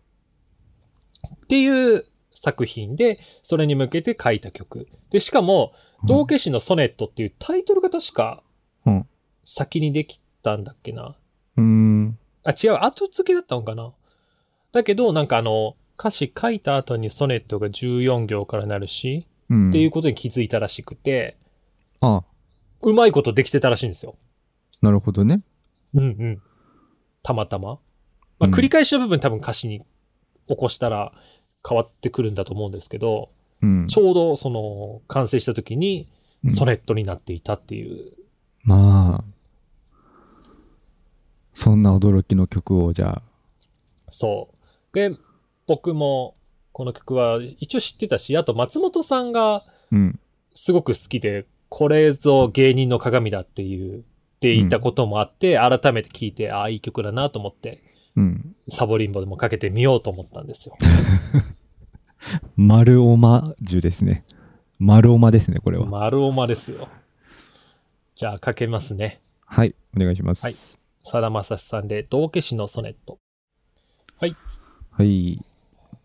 S1: っていう作品でそれに向けて書いた曲でしかも「道化師のソネット」っていうタイトルが確か
S2: うん
S1: 先にできたんだっけな
S2: うん
S1: あ違う後付けだったのかなだけどなんかあの歌詞書いた後にソネットが14行からなるし
S2: うん
S1: っていうことに気づいたらしくて、
S2: ああ
S1: うまいことできてたらしいんですよ。
S2: なるほどね
S1: うんうん。たまたま。まあ、
S2: うん
S1: 繰り返しの部分多分歌詞に起こしたら変わってくるんだと思うんですけど、
S2: うん
S1: ちょうどその完成した時に
S2: うん
S1: ソネットになっていたっていう。
S2: まあそんな驚きの曲をじゃあ
S1: そう。で、僕もこの曲は一応知ってたし、あと松本さんが
S2: うん
S1: すごく好きで、これぞ芸人の鏡だっていう、って言ったこともあって、改めて聞いて、ああ、いい曲だなと思って、
S2: うん
S1: サボリンボでもかけてみようと思ったんですよ。
S2: 丸オマジュですね丸オマですねこれは、
S1: 丸尾まですよ。じゃあ、かけますね。
S2: はいお願いします
S1: はいさだまさしさんで、道化師のソネット。
S2: はい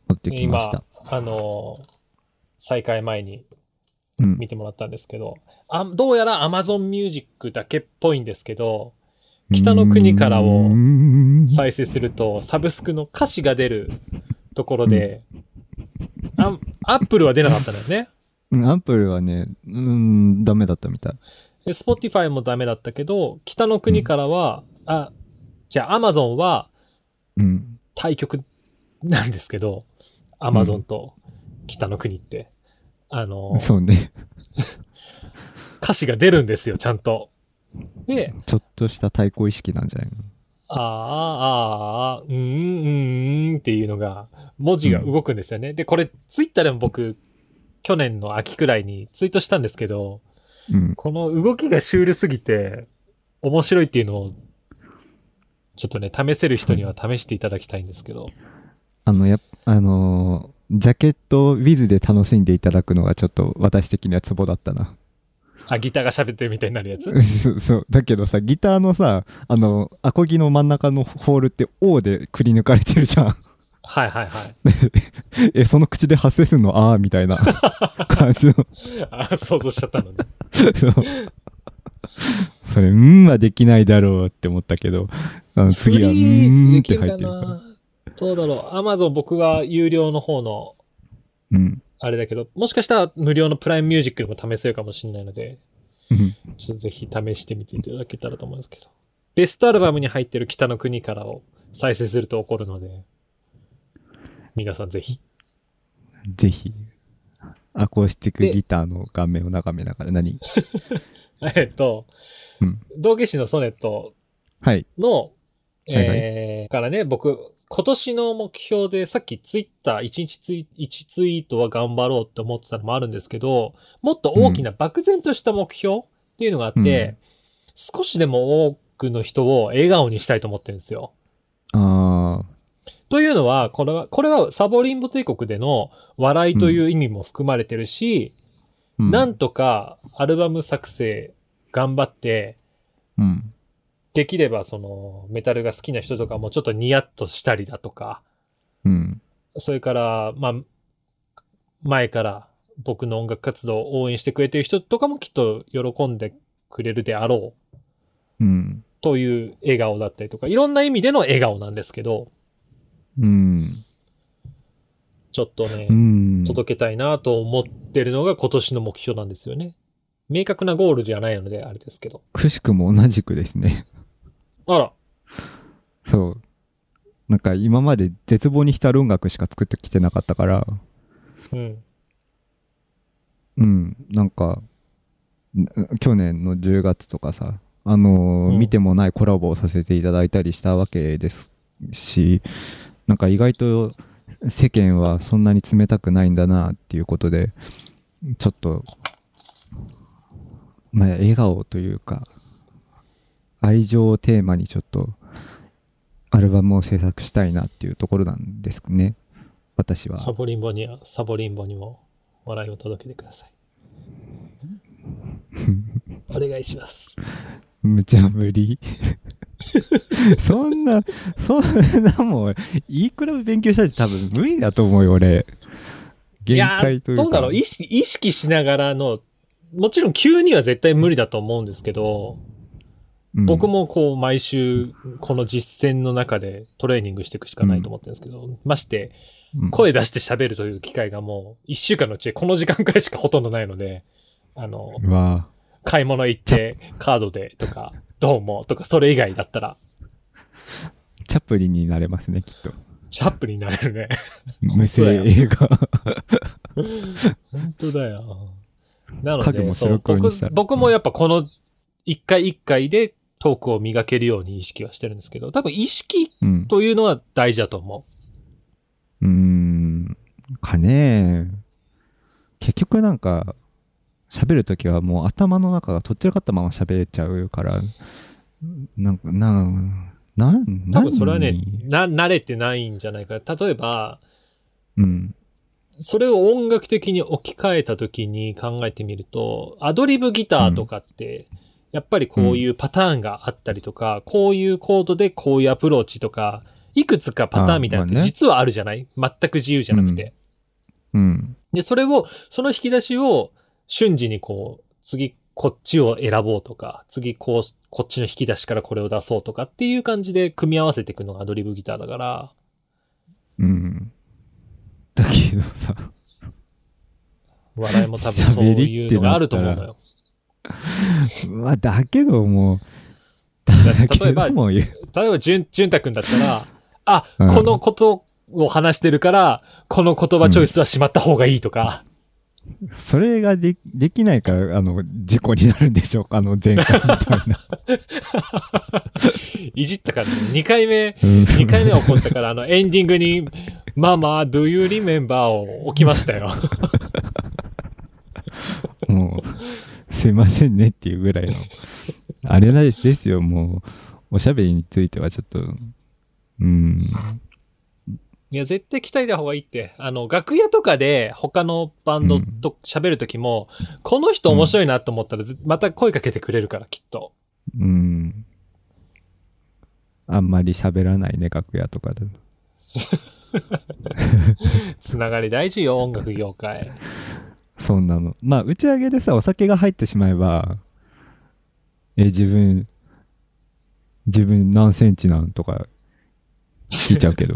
S2: 持ってきました
S1: 今、あのー再開前に
S2: うん
S1: 見てもらったんですけど、あどうやら Amazon Music だけっぽいんですけど、北の国からを
S2: うん
S1: 再生すると、サブスクの歌詞が出るところで、あアップルは出なかったんだよね。
S2: うんアンプルはね、うん、ダメだったみたい。
S1: で Spotify もダメだったけど、北の国からは、あ、じゃあ Amazon は、
S2: うん。
S1: 対局なんですけど、アマゾンと北の国って、あの、
S2: そうね。
S1: 歌詞が出るんですよ、ちゃんと。で、
S2: ちょっとした対抗意識なんじゃないの
S1: あーあー、あーうーん、うーんっていうのが、文字が動くんですよね。で、これ、ツイッターでも僕、去年の秋くらいにツイートしたんですけど、
S2: うん。
S1: この動きがシュールすぎて、面白いっていうのを、ちょっとね、試せる人には試していただきたいんですけど。
S2: あの、やっあのージャケットウィズで楽しんでいただくのがちょっと私的にはツボだったな。
S1: あ、ギターが喋ってるみたいになるやつ
S2: そうそう。だけどさ、ギターのさ、あの、アコギの真ん中のホールって O でくり抜かれてるじゃん。
S1: はいはいはい。
S2: え、その口で発声するのあーみたいな感じの。
S1: あ想像しちゃったのね。
S2: そう それ、うんはできないだろうって思ったけど、あの 次は、
S1: フ
S2: う
S1: リ
S2: ーん
S1: ー
S2: って入
S1: で
S2: ってる
S1: き
S2: か。
S1: からなどうだろう。アマゾン僕は有料の方の
S2: うん。
S1: あれだけど、もしかしたら無料のプライムミュージックでも試せるかもしれないので、
S2: うん
S1: ちょっとぜひ試してみていただけたらと思うんですけど。ベストアルバムに入ってる北の国からを再生すると起こるので、皆さんぜひ。
S2: ぜひ、アコースティック
S1: で
S2: ギターの画面を眺めながら、何
S1: えっと、
S2: うん
S1: 道化師のソネット
S2: はい。
S1: の、
S2: はいはい
S1: えーからね、僕、今年の目標で、さっきツイッター、1日ツイ一ツイートは頑張ろうって思ってたのもあるんですけど、もっと大きな漠然とした目標っていうのがあって、
S2: うん
S1: 少しでも多くの人を笑顔にしたいと思ってるんですよ。
S2: あ
S1: というのは、これは、これはサボリンボ帝国での笑いという意味も含まれてるし、
S2: ー、う
S1: なん、とかアルバム作成頑張って、
S2: うん。
S1: できればそのメタルが好きな人とかもちょっとニヤッとしたりだとか、
S2: うん。
S1: それから、まあ、前から僕の音楽活動を応援してくれてる人とかもきっと喜んでくれるであろう
S2: うん
S1: という笑顔だったりとか、いろんな意味での笑顔なんですけど、
S2: うん
S1: ちょっとね、
S2: うん
S1: 届けたいなと思ってるのが今年の目標なんですよね。明確なゴールじゃないのであれですけど。
S2: くしくも同じくですね
S1: あら、
S2: そうなんか今まで絶望に浸る音楽しか作ってきてなかったから
S1: うん。
S2: うんなんかん去年の10月とかさあのー
S1: うん
S2: 見てもないコラボをさせていただいたりしたわけですしなんか意外と世間はそんなに冷たくないんだなっていうことでちょっと、まあ、笑顔というか愛情をテーマにちょっとアルバムを制作したいなっていうところなんですね私は
S1: サボリンボには、サボリンボにも笑いを届けてください。お願いします。
S2: 無茶ぶり そんなそんなもういいくら勉強したって多分無理だと思うよ俺限界というか
S1: どうだろう意識意識しながらの、もちろん急には絶対無理だと思うんですけど、
S2: うん
S1: 僕もこう毎週この実践の中でトレーニングしていくしかないと思ってるんですけど、まして
S2: うん
S1: 声出して喋るという機会がもう1週間のうちこの時間くらいしかほとんどないので、あの、
S2: うわ
S1: 買い物行ってカードでとか、どうもとかそれ以外だったら、
S2: チャップリンになれますねきっと
S1: チャップになれるね。
S2: 無声映画
S1: 本当だよ。なの
S2: 影
S1: で、
S2: も
S1: そ
S2: 白
S1: う
S2: 黒に
S1: 僕
S2: したら
S1: 僕もやっぱこの一回一回でトークを磨けるように意識はしてるんですけど、多分意識
S2: うん
S1: というのは大事だと思
S2: うーんかねえ結局なんか喋るときはもう頭の中がとっちらかったまま喋っちゃうからなんかなんなん
S1: う。多分それはね
S2: 何、
S1: な、慣れてないんじゃないか。例えば、
S2: うん
S1: それを音楽的に置き換えた時に考えてみると、アドリブギターとかって、やっぱりこういうパターンがあったりとか、こういうコードでこういうアプローチとか、いくつかパターンみたいなのっ
S2: あまあ
S1: て
S2: ね
S1: 実はあるじゃない、全く自由じゃなくて。
S2: うんうん
S1: で、それを、その引き出しを瞬時にこう、次こっちを選ぼうとか、次こう、こっちの引き出しからこれを出そうとかっていう感じで組み合わせていくのがアドリブギターだから、
S2: うん。だけどさ、
S1: 笑いも多分そういうのがあると思うのよ。
S2: まあだけどもう、
S1: だ
S2: だ
S1: って例え
S2: け
S1: ば
S2: どもう、
S1: 例えば、じゅん、じゅんたくんだったら、あ、
S2: うん
S1: このことを話してるから、この言葉チョイスはしまった方がいいとか、
S2: それがでできないから、あの、事故になるんでしょうか、あの 前回みたいな。
S1: いじったから、ね、2回目、
S2: うん
S1: 2回目起こったから、あの、エンディングに、ママ、do you remember を置きましたよ。
S2: もう、すいませんねっていうぐらいの、あれなんですですよ、もう、おしゃべりについてはちょっと、うん、
S1: いや、絶対鍛えた方がいいって。あの、楽屋とかで他のバンドと喋るときも、この人面白いなと思ったらず、また声かけてくれるから、きっと。
S2: うん、あんまり喋らないね、楽屋とかで。
S1: つながり大事よ、音楽業界。
S2: そんなの。まあ、打ち上げでさ、お酒が入ってしまえば、え、自分、自分何センチなんとか聞いちゃう けど。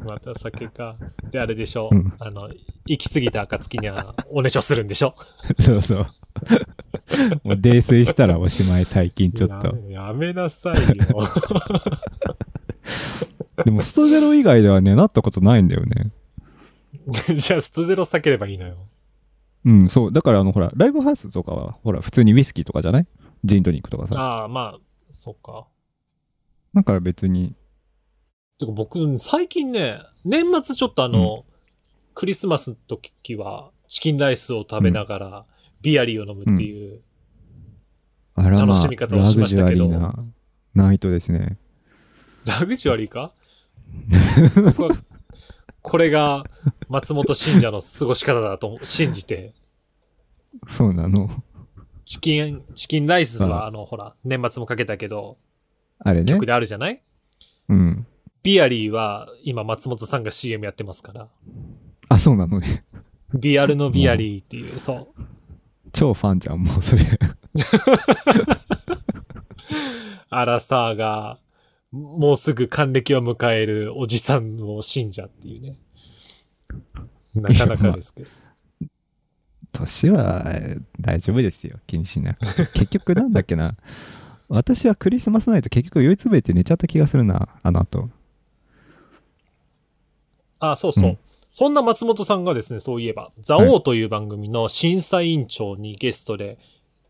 S1: また酒か。で、あれでしょ。
S2: うん
S1: あの、行き過ぎた暁にはおねしょするんでしょ。
S2: そうそう。もう泥酔したらおしまい、最近ちょっと。
S1: や。やめなさいよ。
S2: でも、ストゼロ以外ではね、なったことないんだよね。
S1: じゃあ、ストゼロ避ければいいのよ。
S2: うん、そう。だから、あの、ほら、ライブハウスとかは、ほら、普通にウイスキーとかじゃないジントニックとかさ。
S1: ああ、まあ、そっか。
S2: だから別に、
S1: てか僕、最近ね、年末ちょっとあの、クリスマスの時は、チキンライスを食べながら、ビアリーを飲むっていう、
S2: あら、ま
S1: 楽
S2: あ、
S1: しみ方をしましたけど
S2: ラグジュアリーなナイトですね。
S1: ラグジュアリーか僕はこれが松本信者の過ごし方だと信じて、
S2: そうなの。
S1: チキン、チキンライス
S2: あ
S1: は
S2: あ
S1: あの、ほら、年末もかけたけど、
S2: あれね
S1: 曲。であるじゃない
S2: うん。
S1: ビアリーは今松本さんが CM やってますから。
S2: あそうなのね
S1: ビアルのビアリーっていう、そう。
S2: 超ファンじゃんもうそれ
S1: アラサーが、もうすぐ還暦を迎えるおじさんの信者っていうね。なかなかです けど。
S2: 年はえー大丈夫ですよ気にしな くて結局なんだっけな私はクリスマスナイト結局酔いつぶれて寝ちゃった気がするなあの後
S1: あ、そうそう。
S2: うん
S1: そんな松本さんがですね、そういえば、ザオーという番組の審査委員長にゲストで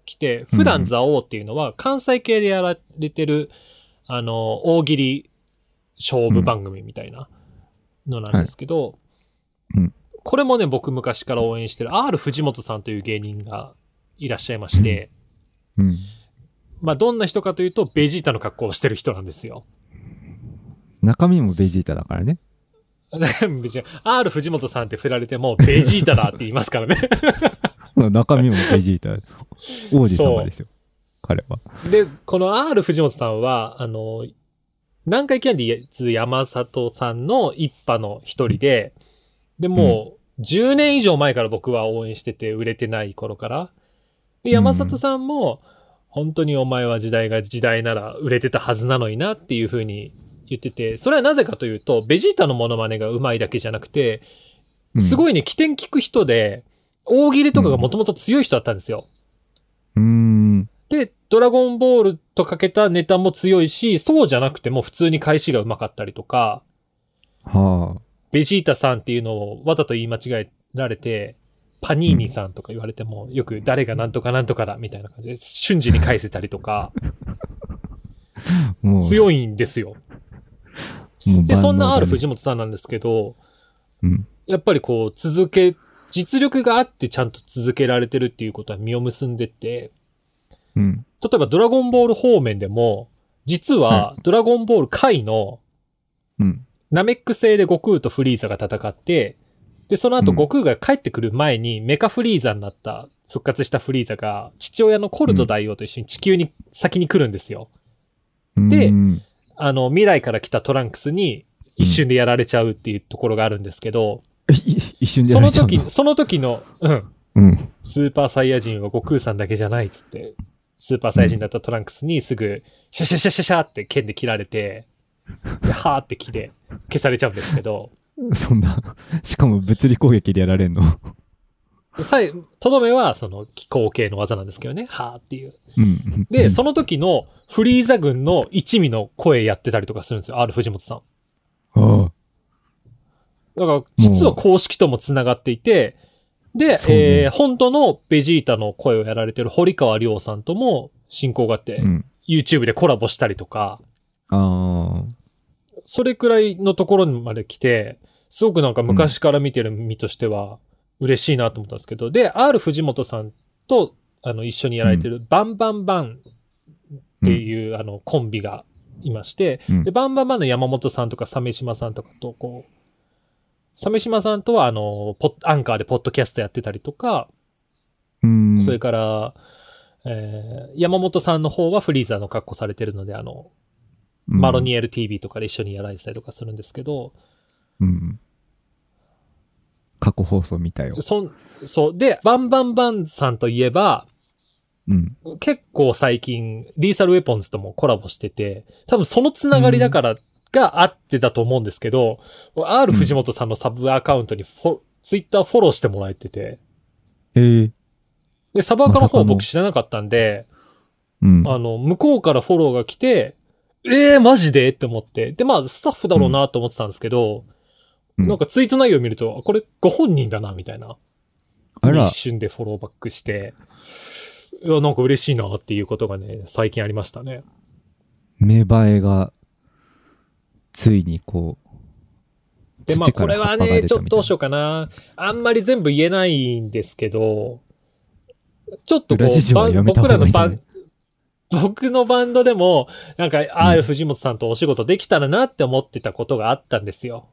S1: 来て、普
S2: うんう
S1: 段
S2: ん
S1: ザオーっていうのは関西系でやられてる、あの、大喜利勝負番組みたいなのなんですけど、
S2: はいうん
S1: これもね、僕昔から応援してる R 藤本さんという芸人がいらっしゃいまして、
S2: うん
S1: まあ、どんな人かというと、ベジータの格好をしてる人なんですよ。
S2: 中身もベジータだからね
S1: 別に R 藤本さんって振られても、ベジータだって言いますからね。
S2: 中身もベジータ 王子様ですよ彼は
S1: で、この R 藤本さんは、あの、南海キャンディーズ山里さんの一派の一人で、で、もう10年以上前から僕は応援してて、売れてない頃から。で、
S2: うん
S1: 山里さんも、本当にお前は時代が時代なら売れてたはずなのになっていう風に言ってて、それはなぜかというと、ベジータのモノマネが上手いだけじゃなくて、す
S2: い
S1: ごいね、起点聞く人で、大喜利とかがもともと強い人だったんですよ。
S2: うん
S1: で、ドラゴンボールとかけたネタも強いし、そうじゃなくても普通に返しがうまかったりとか、
S2: はあ
S1: ベジータさんっていうのをわざと言い間違えられて、パニーニさんとか言われても、よく誰がなんとかなんとかだみたいな感じで、瞬時に返せたりとか、
S2: もう
S1: 強いんですよ。
S2: もう
S1: で、
S2: 万能だね
S1: そんなある藤本さんなんですけど、
S2: うん
S1: やっぱりこう、続け、実力があってちゃんと続けられてるっていうことは実を結んでって、
S2: うん
S1: 例えばドラゴンボール方面でも、実はドラゴンボール回の、
S2: うん
S1: ナメック星で悟空とフリーザが戦って、で、その後
S2: うん
S1: 悟空が帰ってくる前にメカフリーザになった、復活したフリーザが、父親のコルド大王と一緒に地球に、先に来るんですよ。で
S2: うん
S1: あの、未来から来たトランクスに一瞬でやられちゃうっていうところがあるんですけど、
S2: い一瞬で
S1: そ
S2: やら
S1: の
S2: れちゃう
S1: 時、その時の、うん、
S2: うん
S1: スーパーサイヤ人は悟空さんだけじゃないって言って、スーパーサイヤ人だったトランクスにすぐ、シャシャシャシャシャって剣で切られて、ではーって木で消されちゃうんですけど、
S2: そん なしかも物理攻撃でやられんの
S1: さえ、とどめは、その、気候系の技なんですけどね。はーっていう。
S2: うん
S1: で、そ
S2: の
S1: の時のフリーザ軍の一味の声やってたりとかするんですよ。R 藤本さん。
S2: ああ
S1: だから、実は公式とも繋がっていて、で、
S2: そうね
S1: えー本当のベジータの声をやられてる堀川亮さんとも親交があって、
S2: うん、
S1: YouTube でコラボしたりとか、
S2: ああ
S1: それくらいのところにまで来て、すごくなんか昔から見てる身としては嬉しいなと思ったんですけど、で、R 藤本さんとあの一緒にやられてるバンバンバンっていう、あのコンビがいまして、
S2: うん
S1: で、バンバンバンの山本さんとか鮫島さんとかとこう、鮫島さんとはあの、ポッアンカーでポッドキャストやってたりとか、
S2: うん
S1: それから、えー山本さんの方はフリーザーの格好されてるので、あの、マロニエル TV とかで一緒にやられてたりとかするんですけど、
S2: うん。過去放送見たよ。
S1: そん、そう。で、バンバンバンさんといえば、
S2: うん。
S1: 結構最近、リーサルウェポンズともコラボしてて、多分そのつながりだからがあってだと思うんですけど、R 藤本さんのサブアカウントにフォ、ツイッターフォローしてもらえてて、
S2: えー、
S1: で、サブアカの
S2: まさか
S1: 方
S2: の
S1: 僕知らなかったんで、
S2: うん。
S1: あの、向こうからフォローが来て、えー、マジでって思って。で、まあ、スタッフだろうなと思ってたんですけど、
S2: うん
S1: なんかツイート内容見ると、あこれご本人だな、みたいな。
S2: あら
S1: 一、瞬でフォローバックして、いや、なんか嬉しいなっていうことがね、最近ありましたね。
S2: 芽生えが、ついにこう、
S1: で、まあ、
S2: 土
S1: こ
S2: か
S1: れ
S2: ら葉
S1: は
S2: っぱが出たみたいな
S1: ね、ちょっとどうしようかな。あんまり全部言えないんですけど、ちょっとこ
S2: 裏事
S1: う、
S2: 情はやめた
S1: 僕
S2: 方
S1: ら
S2: が
S1: の
S2: いいんじ
S1: バ
S2: ゃない
S1: ン、僕のバンドでも、なんか、ああ、藤本さんとお仕事できたらなって思ってたことがあったんですよ。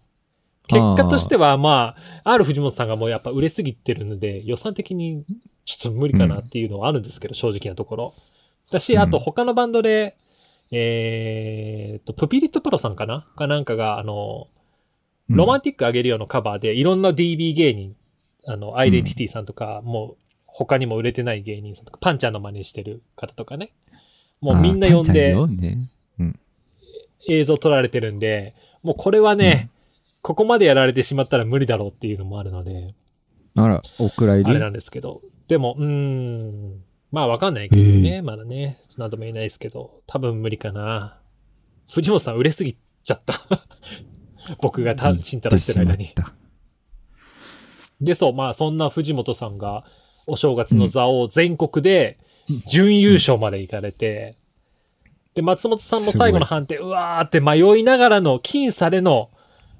S1: 結果としては、まあ、R 藤本さんがもうやっぱ売れすぎてるので、予算的にちょっと無理かなっていうのはあるんですけど、正直なところ。だし、
S2: うん
S1: あと他のバンドで、えーっと、プピリットプロさんかなかなんかが、あの、ロマンティックあげるよのカバーで、いろんな DB 芸人、あの、アイデンティティさんとか、もう、他にも売れてない芸人さんとか、パンちゃんの真似してる方とかね。もうみんな呼んで、
S2: あーカンちゃんにね
S1: 映像撮られてるんで、もうこれはね、ここまでやられてしまったら無理だろうっていうのもあるので、
S2: あら、お蔵
S1: あ
S2: 入
S1: れ
S2: り
S1: なんですけど、でも、うーん、まあわかんないけどね、まだね、なんとも言えないですけど、多分無理かな。藤本さん売れすぎちゃった。僕がたちんたらしてる間
S2: 行っ
S1: に。
S2: てしまった
S1: で、そう、まあそんな藤本さんが、お正月の座を全国で準優勝まで行かれて、で、松本さんも最後の判定、うわーって迷いながらの僅差での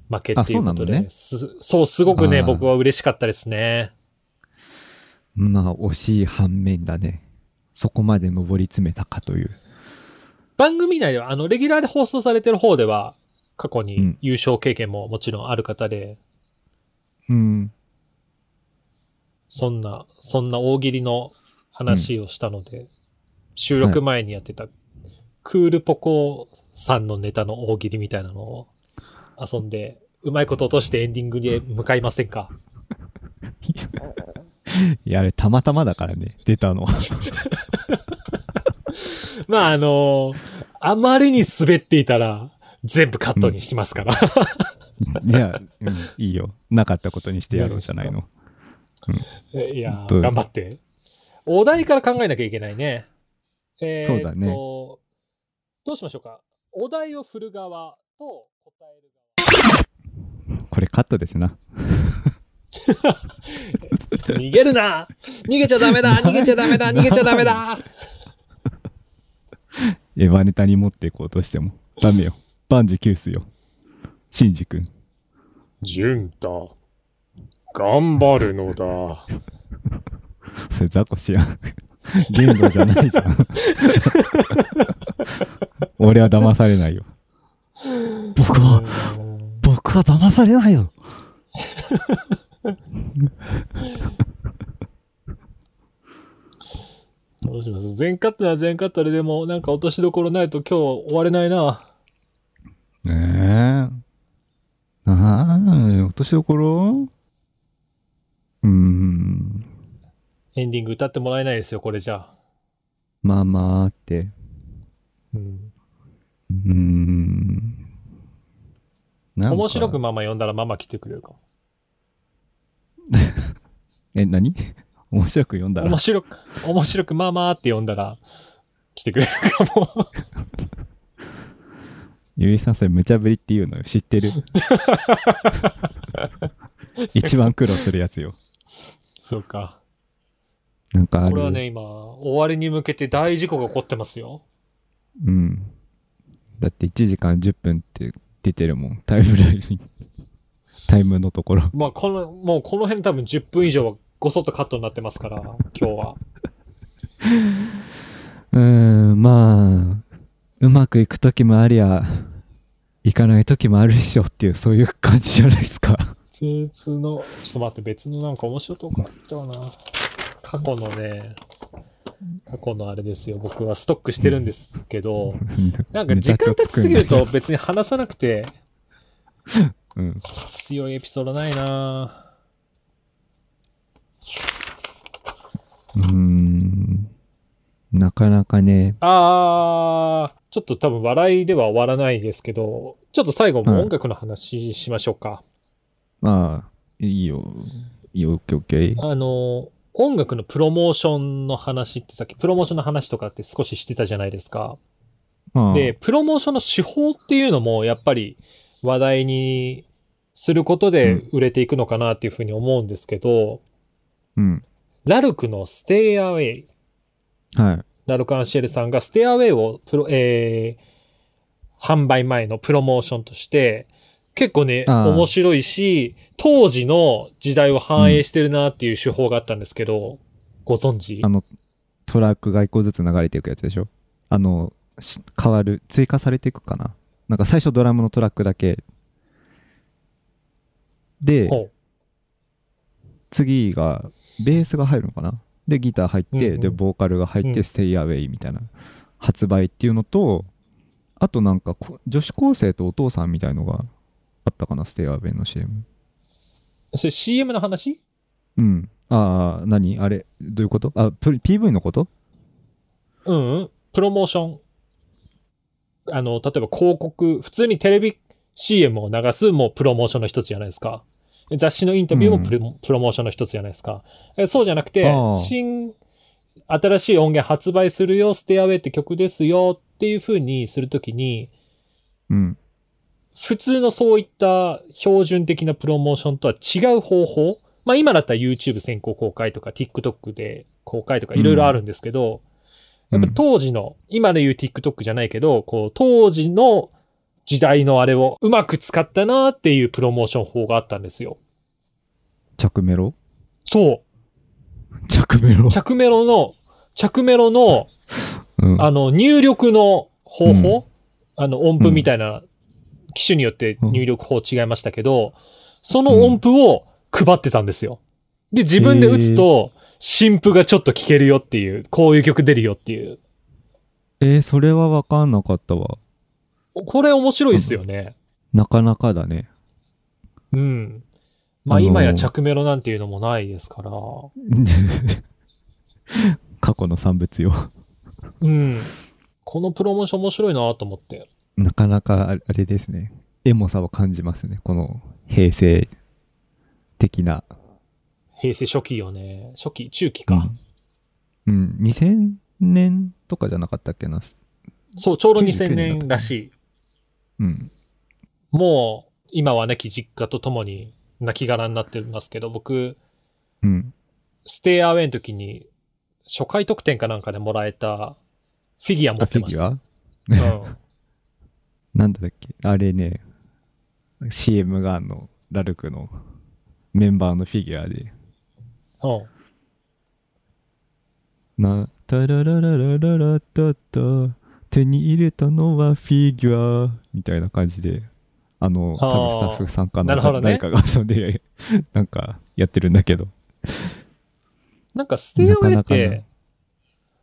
S1: 負けっていうことで、
S2: あそうなのね
S1: すそう、すごくね、
S2: あー
S1: 僕は嬉しかったですね。
S2: まあ、惜しい反面だね。そこまで上り詰めたかという。
S1: 番組内では、あの、レギュラーで放送されてる方では、過去
S2: う
S1: に
S2: ん
S1: 優勝経験ももちろんある方で、
S2: うん。
S1: そんな、そんな大喜利の話をしたので、収録前にやってた、クールポコさんのネタの大喜利みたいなのを遊んで、うまいこと落としてエンディングに向かいません か
S2: いや、あれ、たまたまだからね、出たの。
S1: まあ、あのあまりに滑っていたら、全部カットにしますから。
S2: いや、うんいいよ。なかったことにしてやろうじゃないの。
S1: え いや
S2: ど
S1: ー、
S2: う
S1: 頑張って。お題から考えなきゃいけないね。えーっと
S2: そうだね
S1: どうしましょうか。お題を振る側と答える
S2: これカットですな。
S1: 側。逃げるな逃げちゃダメだ逃げちゃダメだ逃げちゃダメだ
S2: エヴァネタに持っていこうとしても。ダメよ。万事休すよ。シンジ君。
S1: 潤太、頑張るのだ。
S2: それザコシやん。言動じゃないじゃん。 俺は騙されないよ。僕は、僕は騙されないよ。
S1: どうします全カットなら全カットででも、なんか落としどころないと今日終われないな。
S2: ええああ、落としどころうーん。
S1: エンディング歌ってもらえないですよ、これじゃあ。
S2: まあまあって。
S1: うん、
S2: うーん。なんか
S1: 面白くママ呼んだらママ来てくれるかも。
S2: え、何 面白く読んだら
S1: 面。白く、面白く、まあまあって呼んだら、 来てくれるかも。
S2: ゆいさんそれ無茶ぶりっ ていうのよ知ってる一番苦労するやつよ
S1: そうか。
S2: なんかある
S1: これはね、今、終わりに向けて大事故が起こってますよ。
S2: うんだって1時間10分って出てるもんタイムラインにタイムのところ
S1: まあ、この、もうこの辺多分10分以上はごそっとカットになってますから、今日は。
S2: うーんまあうまくいく時もありゃいかない時もあるっしょっていうそういう感じじゃないですか
S1: 別の、ちょっと待って、別のなんか面白いとこあったわな。過去のね、過去のあれですよ。僕はストックしてるんですけど、なんか時間経ちすぎると別に話さなくて
S2: うん
S1: 強いエピソードないなぁ。
S2: うーんなかなかね
S1: あー、ちょっと多分笑いでは終わらないですけど、ちょっと最後
S2: は
S1: も
S2: い
S1: 音楽の話しましょうか。
S2: まあいいよいいよオッケーオッケー
S1: あの、音楽のプロモーションの話ってさっきプロモーションの話とかって少ししてたじゃないですか。
S2: まあ
S1: で、プロモーションの手法っていうのもやっぱり話題にすることで売れていくのかなっていうふうに思うんですけど、
S2: うん。
S1: ラルクのステイアウェイ
S2: はい。
S1: ラルク・アンシェルさんがステアウェイをプロ、えー販売前のプロモーションとして、結構ね、
S2: あー
S1: 面白いし、当時の時代を反映してるなっていう手法があったんですけど、ご存知
S2: あの、トラックが一個ずつ流れていくやつでしょあの、し変わる、追加されていくかななんか最初ドラムのトラックだけ。で、
S1: ほう
S2: 次が、ベースが入るのかなで、ギター入って、
S1: うんうん
S2: で、ボーカルが入っ
S1: う
S2: て、
S1: ん
S2: ステイアウェイみたいな発売っていうのと、あとなんかこ女子高生とお父さんみたいのがあったかなステアウェイの CM
S1: それ CM の話
S2: うんああ何あれどういうことあプ PV のこと
S1: うん、うん、プロモーション。あの、例えば広告、普通にテレビ CM を流すもうプロモーションの一つじゃないですか。雑誌のインタビューもプロ,、プロモーションの一つじゃないですか。えそうじゃなくて
S2: ああ、
S1: 新、新しい音源発売するよ、ステアウェイって曲ですよっていう風にするときに、
S2: うん
S1: 普通のそういった標準的なプロモーションとは違う方法、まあ、今だったら YouTube 先行公開とか TikTok で公開とかいろいろあるんですけど、
S2: う
S1: や
S2: ん
S1: っぱ当時の今で言う TikTok じゃないけどこう当時の時代のあれをうまく使ったなっていうプロモーション法があったんですよ。
S2: 着メロ
S1: そ
S2: 着メロ
S1: う、着メロの、着メロの、
S2: うん、
S1: あの、入力の方法、
S2: うん
S1: あの、音符みたいな、機種によって入力法違いましたけど、その音符を配ってたんですよ。で、自分で打つと、新譜がちょっと聴けるよっていう、こういう曲出るよっていう。
S2: えー、それは分かんなかったわ
S1: これ面白いですよね。
S2: なかなかだ ね
S1: うん。まあ、
S2: あのー
S1: 今や着メロなんていうのもないですから。
S2: 過去の産物よ
S1: うん。このプロモーション面白いなと思って。
S2: なかなかあれあれですねエモさを感じますねこの平成的な
S1: 平成初期よね。初期、中期か。
S2: うん、うん、2000年とかじゃなかったっけな
S1: そう、ちょうど
S2: 99
S1: 2000
S2: 年だ
S1: 年
S2: ったかな
S1: らしい。
S2: うん
S1: もう今は亡き実家とともに亡きになってますけど、僕、
S2: うん
S1: ステイアウェイの時に初回特典かなんかでもらえたフィギュア持
S2: あ
S1: って
S2: フ
S1: ま
S2: ィ
S1: し
S2: ギ
S1: た。
S2: ュ
S1: う
S2: ア
S1: ん、
S2: なんだっけあれね CM があんのラルクのメンバーのフィギュアで
S1: うん、
S2: な「タララララララタタ手に入れたのはフィギュア」みたいな感じであの
S1: あー
S2: 多分スタッフさんか
S1: なる
S2: な
S1: ほどね
S2: 誰かが遊んでなんかやってるんだけど
S1: なんかステイアウェイっ
S2: なかなか
S1: て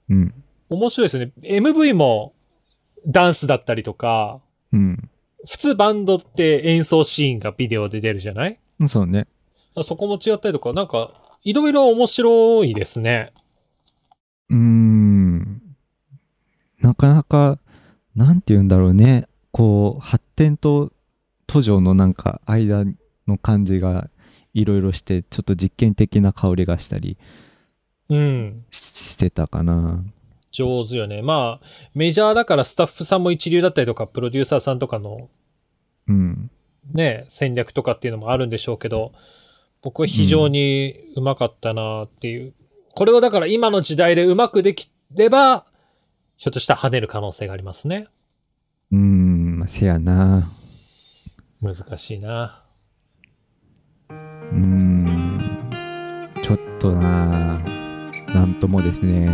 S2: なうん
S1: 面白いですよね。MV もダンスだったりとか、
S2: うん
S1: 普通バンドって演奏シーンがビデオで出るじゃない
S2: そうね
S1: そこも違ったりとか、なんかいろいろ面白いですね。
S2: うーんなかなかなんて言うんだろうねこう発展と途上のなんか間の感じがいろいろしてちょっと実験的な香りがしたり
S1: うん。
S2: ししてたかな
S1: 上手よね。まあ、メジャーだからスタッフさんも一流だったりとか、プロデューサーさんとかの
S2: うん
S1: ね、戦略とかっていうのもあるんでしょうけど、僕は非常にうまかったなっていう。これをだから今の時代でうまくできれば、ひょっとしたら跳ねる可能性がありますね。
S2: うーんまあせやな
S1: 難しいな。
S2: うーんちょっとななんともですね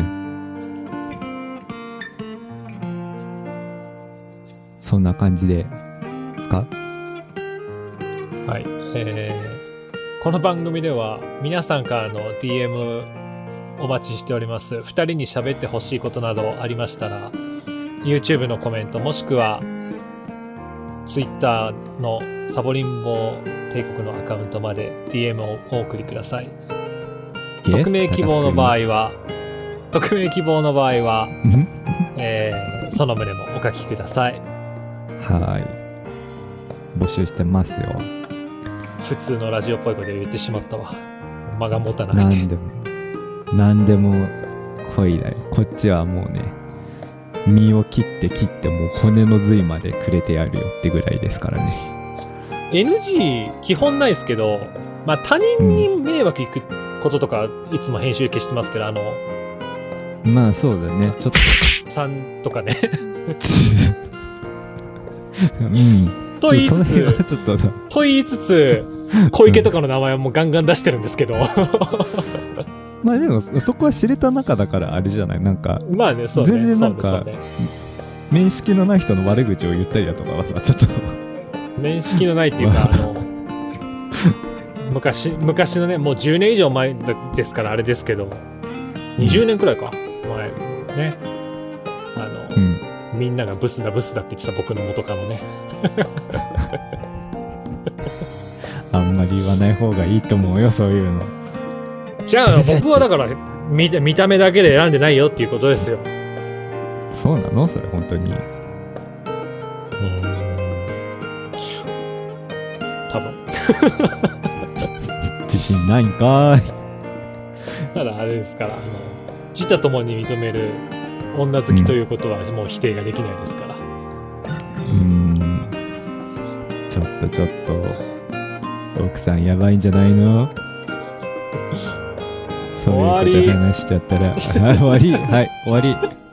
S2: そんな感じですか
S1: はい。えーこの番組では皆さんからの DM お待ちしております。二人に喋ってほしいことなどありましたら、YouTube のコメントもしくは Twitter のサボリンボ帝国のアカウントまで DM をお送りください。匿名希望の場合は、匿名希望の場合は、
S2: うん
S1: えーその旨もお書きください。
S2: はい。募集してますよ。
S1: 普通のラジオっぽいこと言ってしまったわ。間が持たなくて。
S2: 何でも、何でも恋だよ。こっちはもうね、身を切って切ってもう骨の髄までくれてやるよってぐらいですからね。
S1: NG 基本ないですけど、まあ、他人に迷惑いくこととかいつも編集消してますけどあの
S2: まあそうだね。 ちょっと、
S1: 3とかね
S2: うん。
S1: と言い
S2: ちょその
S1: つ
S2: 辺は
S1: つ
S2: ちょっと、
S1: と言いつつ小池とかの名前もガンガン出してるんですけど
S2: まあでもそそこは知れた中だからあれじゃない。なんか、
S1: まあねそうね
S2: 全然なんか
S1: そうねそうね
S2: 面識のない人の悪口を言ったりだとかはさ、ちょっと、
S1: 面識のないっていうかあの昔昔のねもう10年以上前ですからあれですけど20年くらいか前ねあの、
S2: うん。
S1: みんながブスだブスだって言ってた僕の元カノね。
S2: あんまり言わない方がいいと思うよそういうの
S1: じゃあ僕はだから見た見た目だけで選んでないよっていうことですよ。
S2: そうなのそれ本当に
S1: 多分
S2: 自信ないんかーい
S1: ただあれですからあの自他ともに認める女好きということはもう否定ができないですから。
S2: うーんちょっとちょっと奥さんやばいんじゃないのそういうこと話しちゃったらあ終わりはい終わり